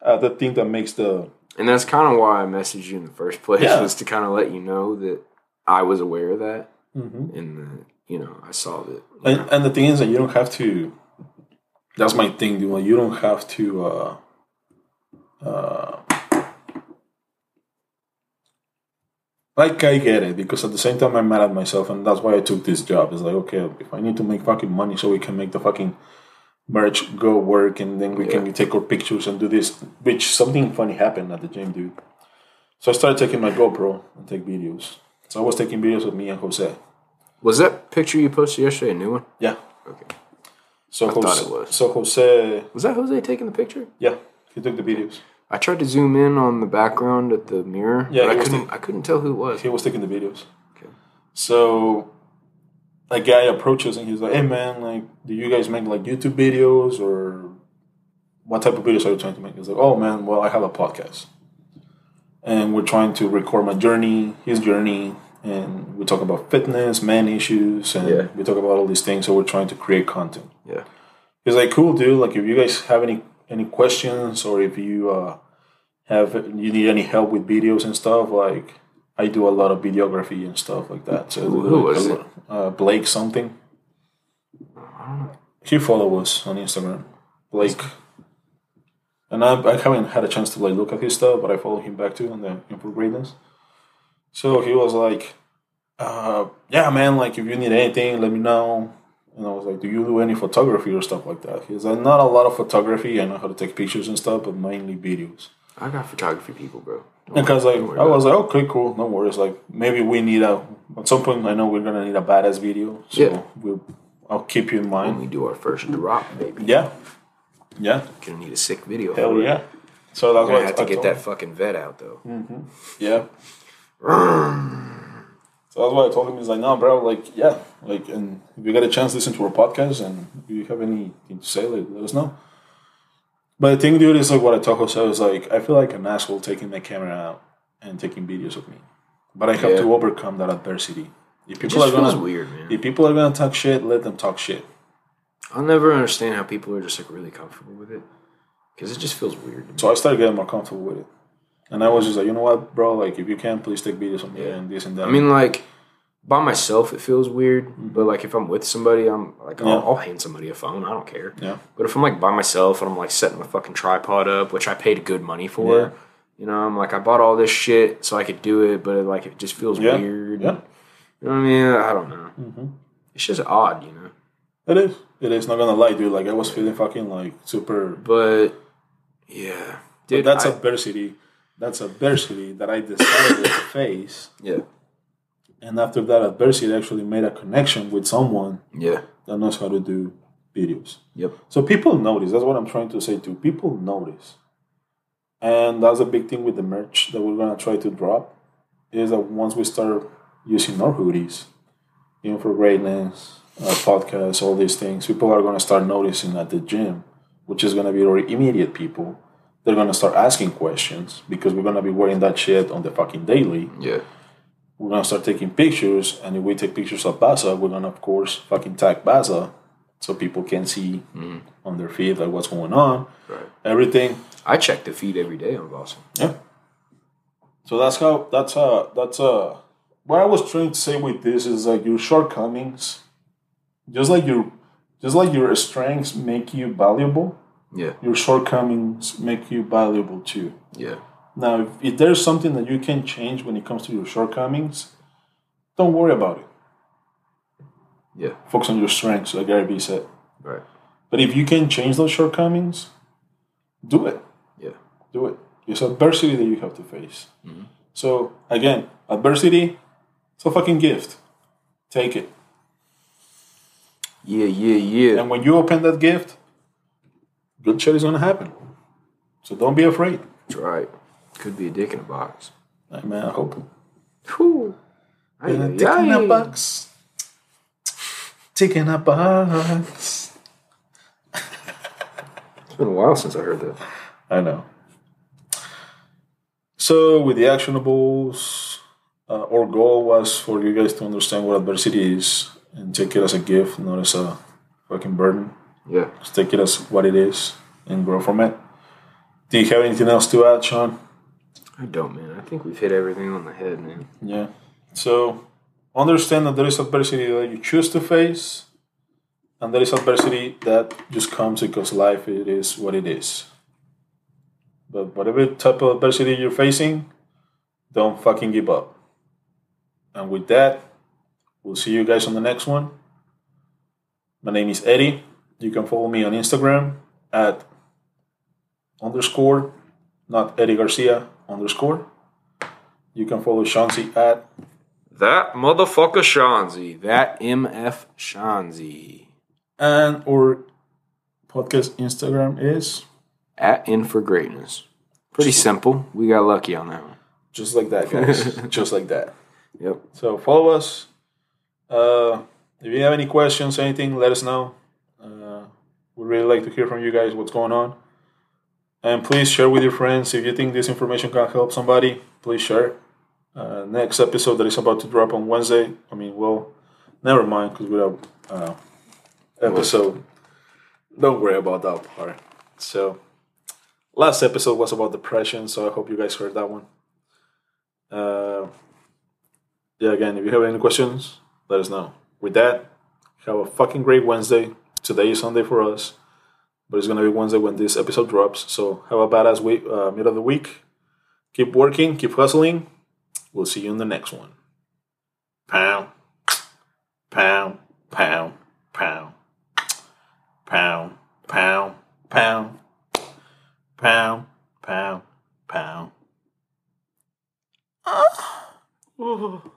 Speaker 1: uh, that thing that makes the
Speaker 2: And that's kind of why I messaged you in the first place
Speaker 1: Yeah.
Speaker 2: was to kind of let you know that I was aware of that,
Speaker 1: Mm-hmm.
Speaker 2: and that, you know I saw that.
Speaker 1: And, and the thing is that you don't have to. That's my thing, dude. Like, you don't have to. Uh, uh, like I get it because at the same time I'm mad at myself, and that's why I took this job. It's like okay, if I need to make fucking money so we can make the fucking merch go work, and then we can take our pictures and do this. Which something funny happened at the gym, dude. So I started taking my GoPro and take videos. So I was taking videos of me and Jose.
Speaker 2: Was that picture you posted yesterday a new one?
Speaker 1: Yeah.
Speaker 2: Okay.
Speaker 1: So Jose,
Speaker 2: it was.
Speaker 1: So Jose,
Speaker 2: Was that Jose taking the picture?
Speaker 1: yeah, he took the videos.
Speaker 2: I tried to zoom in on the background at the mirror,
Speaker 1: Yeah,
Speaker 2: but
Speaker 1: it
Speaker 2: I
Speaker 1: was
Speaker 2: couldn't. I couldn't tell who it was.
Speaker 1: He was taking the videos.
Speaker 2: Okay.
Speaker 1: So a guy approaches and he's like, "Hey man, like, do you guys make like YouTube videos or what type of videos are you trying to make?" He's like, "Oh man, well I have a podcast, and we're trying to record my journey, his journey." And we talk about fitness, man issues, and
Speaker 2: Yeah.
Speaker 1: we talk about all these things. So we're trying to create content.
Speaker 2: Yeah.
Speaker 1: He's like, cool, dude. Like, if you guys have any any questions or if you uh, have you need any help with videos and stuff, like I do a lot of videography and stuff like that. So
Speaker 2: Who-
Speaker 1: like,
Speaker 2: who was
Speaker 1: a
Speaker 2: it?
Speaker 1: lot- Uh, Blake something. He follow us on Instagram, Blake. And I, I haven't had a chance to like look at his stuff, but I follow him back too on the Info Greatness. So he was like, uh, "Yeah, man. Like, if you need anything, let me know." And I was like, "Do you do any photography or stuff like that?" He's like, "Not a lot of photography. I know how to take pictures and stuff, but mainly videos."
Speaker 2: I got photography people, bro. Don't
Speaker 1: Because like
Speaker 2: worry
Speaker 1: I was like, "Okay, cool. No worries. Like maybe we need a at some point. I know we're gonna need a badass video. So
Speaker 2: Yeah.
Speaker 1: we'll, I'll keep you in mind."
Speaker 2: we do our first drop, baby.
Speaker 1: Yeah, yeah,
Speaker 2: Gonna need a sick video.
Speaker 1: hell yeah. So that's
Speaker 2: I
Speaker 1: why
Speaker 2: have to get that fucking vet out though.
Speaker 1: Yeah. so that's why I told him he's like, no, bro, like, yeah, like, and if you get a chance, listen to our podcast, and if you have anything to say, like, let us know. But the thing, dude, is like what I told Jose is like, I feel like an asshole taking my camera out and taking videos of me, but I have
Speaker 2: Yeah.
Speaker 1: to overcome that adversity. If people
Speaker 2: just
Speaker 1: are gonna,
Speaker 2: feels weird, man.
Speaker 1: if people are gonna talk shit, let them talk shit.
Speaker 2: I'll never understand how people are just like really comfortable with it because it just feels weird. to me.
Speaker 1: So I started getting more comfortable with it, and I was just like, you know what, bro, like, if you can, please take videos of me and this and that.
Speaker 2: I mean, like by myself, it feels weird,
Speaker 1: Mm-hmm.
Speaker 2: but like if I'm with somebody, I'm like, I'll, I'll hand somebody a phone. I don't care.
Speaker 1: yeah.
Speaker 2: But if I'm like by myself and I'm like setting my fucking tripod up, which I paid good money for,
Speaker 1: Yeah.
Speaker 2: you know, I'm like, I bought all this shit so I could do it, but like it just feels
Speaker 1: Yeah.
Speaker 2: weird.
Speaker 1: Yeah. Mm-hmm.
Speaker 2: You know what I mean? I don't know. It's just odd, you know.
Speaker 1: It is. It is. Not gonna lie, dude. Like I was feeling fucking like super.
Speaker 2: But yeah, dude,
Speaker 1: that's
Speaker 2: I-
Speaker 1: adversity. That's adversity that I decided to face.
Speaker 2: yeah,
Speaker 1: And after that adversity, I actually made a connection with someone
Speaker 2: yeah,
Speaker 1: that knows how to do videos.
Speaker 2: yep,
Speaker 1: So people notice. That's what I'm trying to say too. People notice, and that's a big thing with the merch that we're gonna try to drop. Is that once we start using our hoodies, you know, for greatness, uh, podcasts, all these things, people are gonna start noticing at the gym, which is gonna be our immediate people. They're gonna start asking questions because we're gonna be wearing that shit on the fucking daily.
Speaker 2: yeah,
Speaker 1: We're gonna start taking pictures, and if we take pictures of Baza, we're gonna of course fucking tag Baza so people can see on their feed like what's going on,
Speaker 2: right.
Speaker 1: everything.
Speaker 2: I check the feed every day on Boston.
Speaker 1: Yeah. So that's how that's uh that's uh what I was trying to say with this is like your shortcomings, just like your just like your strengths make you valuable,
Speaker 2: Yeah,
Speaker 1: your shortcomings make you valuable too.
Speaker 2: yeah,
Speaker 1: Now, if, if there's something that you can change when it comes to your shortcomings, don't worry about it.
Speaker 2: Yeah.
Speaker 1: Focus on your strengths, like Gary Vee said.
Speaker 2: Right.
Speaker 1: But if you can change those shortcomings, do it.
Speaker 2: Yeah.
Speaker 1: Do it. It's adversity that you have to face. So again, adversity, it's a fucking gift. Take it.
Speaker 2: Yeah, yeah, yeah.
Speaker 1: And when you open that gift, good shit is gonna happen. So don't be afraid.
Speaker 2: That's right. Could be a dick in a box.
Speaker 1: Hey, man, I hope.
Speaker 2: Whew.
Speaker 1: Yeah, Taking a box. Taking a box.
Speaker 2: It's been a while since I heard that.
Speaker 1: I know. So, with the actionables, uh, our goal was for you guys to understand what adversity is and take it as a gift, not as a fucking burden.
Speaker 2: Yeah.
Speaker 1: Just take it as what it is and grow from it. Do you have anything else to add, Sean?
Speaker 2: I don't, man. I think we've hit everything on the head, man.
Speaker 1: Yeah. So, understand that there is adversity that you choose to face, and there is adversity that just comes because life it is what it is. But whatever type of adversity you're facing, don't fucking give up. And with that, we'll see you guys on the next one. My name is Eddie. You can follow me on Instagram at underscore, not Eddie Garcia underscore. You can follow Shansi at
Speaker 2: That motherfucker Shanzi. That MF Shanzi.
Speaker 1: and or podcast Instagram is
Speaker 2: At In for Greatness. Pretty simple. We got lucky on that one.
Speaker 1: just like that, guys. just like that.
Speaker 2: Yep.
Speaker 1: So follow us. Uh, if you have any questions, anything, let us know. Uh, we really like to hear from you guys what's going on. And please share with your friends. If you think this information can help somebody, please share. it. Uh, next episode that is about to drop on Wednesday. I mean, well, never mind because we have uh, episode. Don't worry about that part. So, last episode was about depression. So I hope you guys heard that one. Uh, yeah, again, if you have any questions, let us know. With that, have a fucking great Wednesday. Today is Sunday for us, but it's gonna be Wednesday when this episode drops. So have a badass week, uh, middle of the week. Keep working, keep hustling. We'll see you in the next one. Pound, pound, pound, pound, pound, pound, pound, pound, pound, pound. Ooh.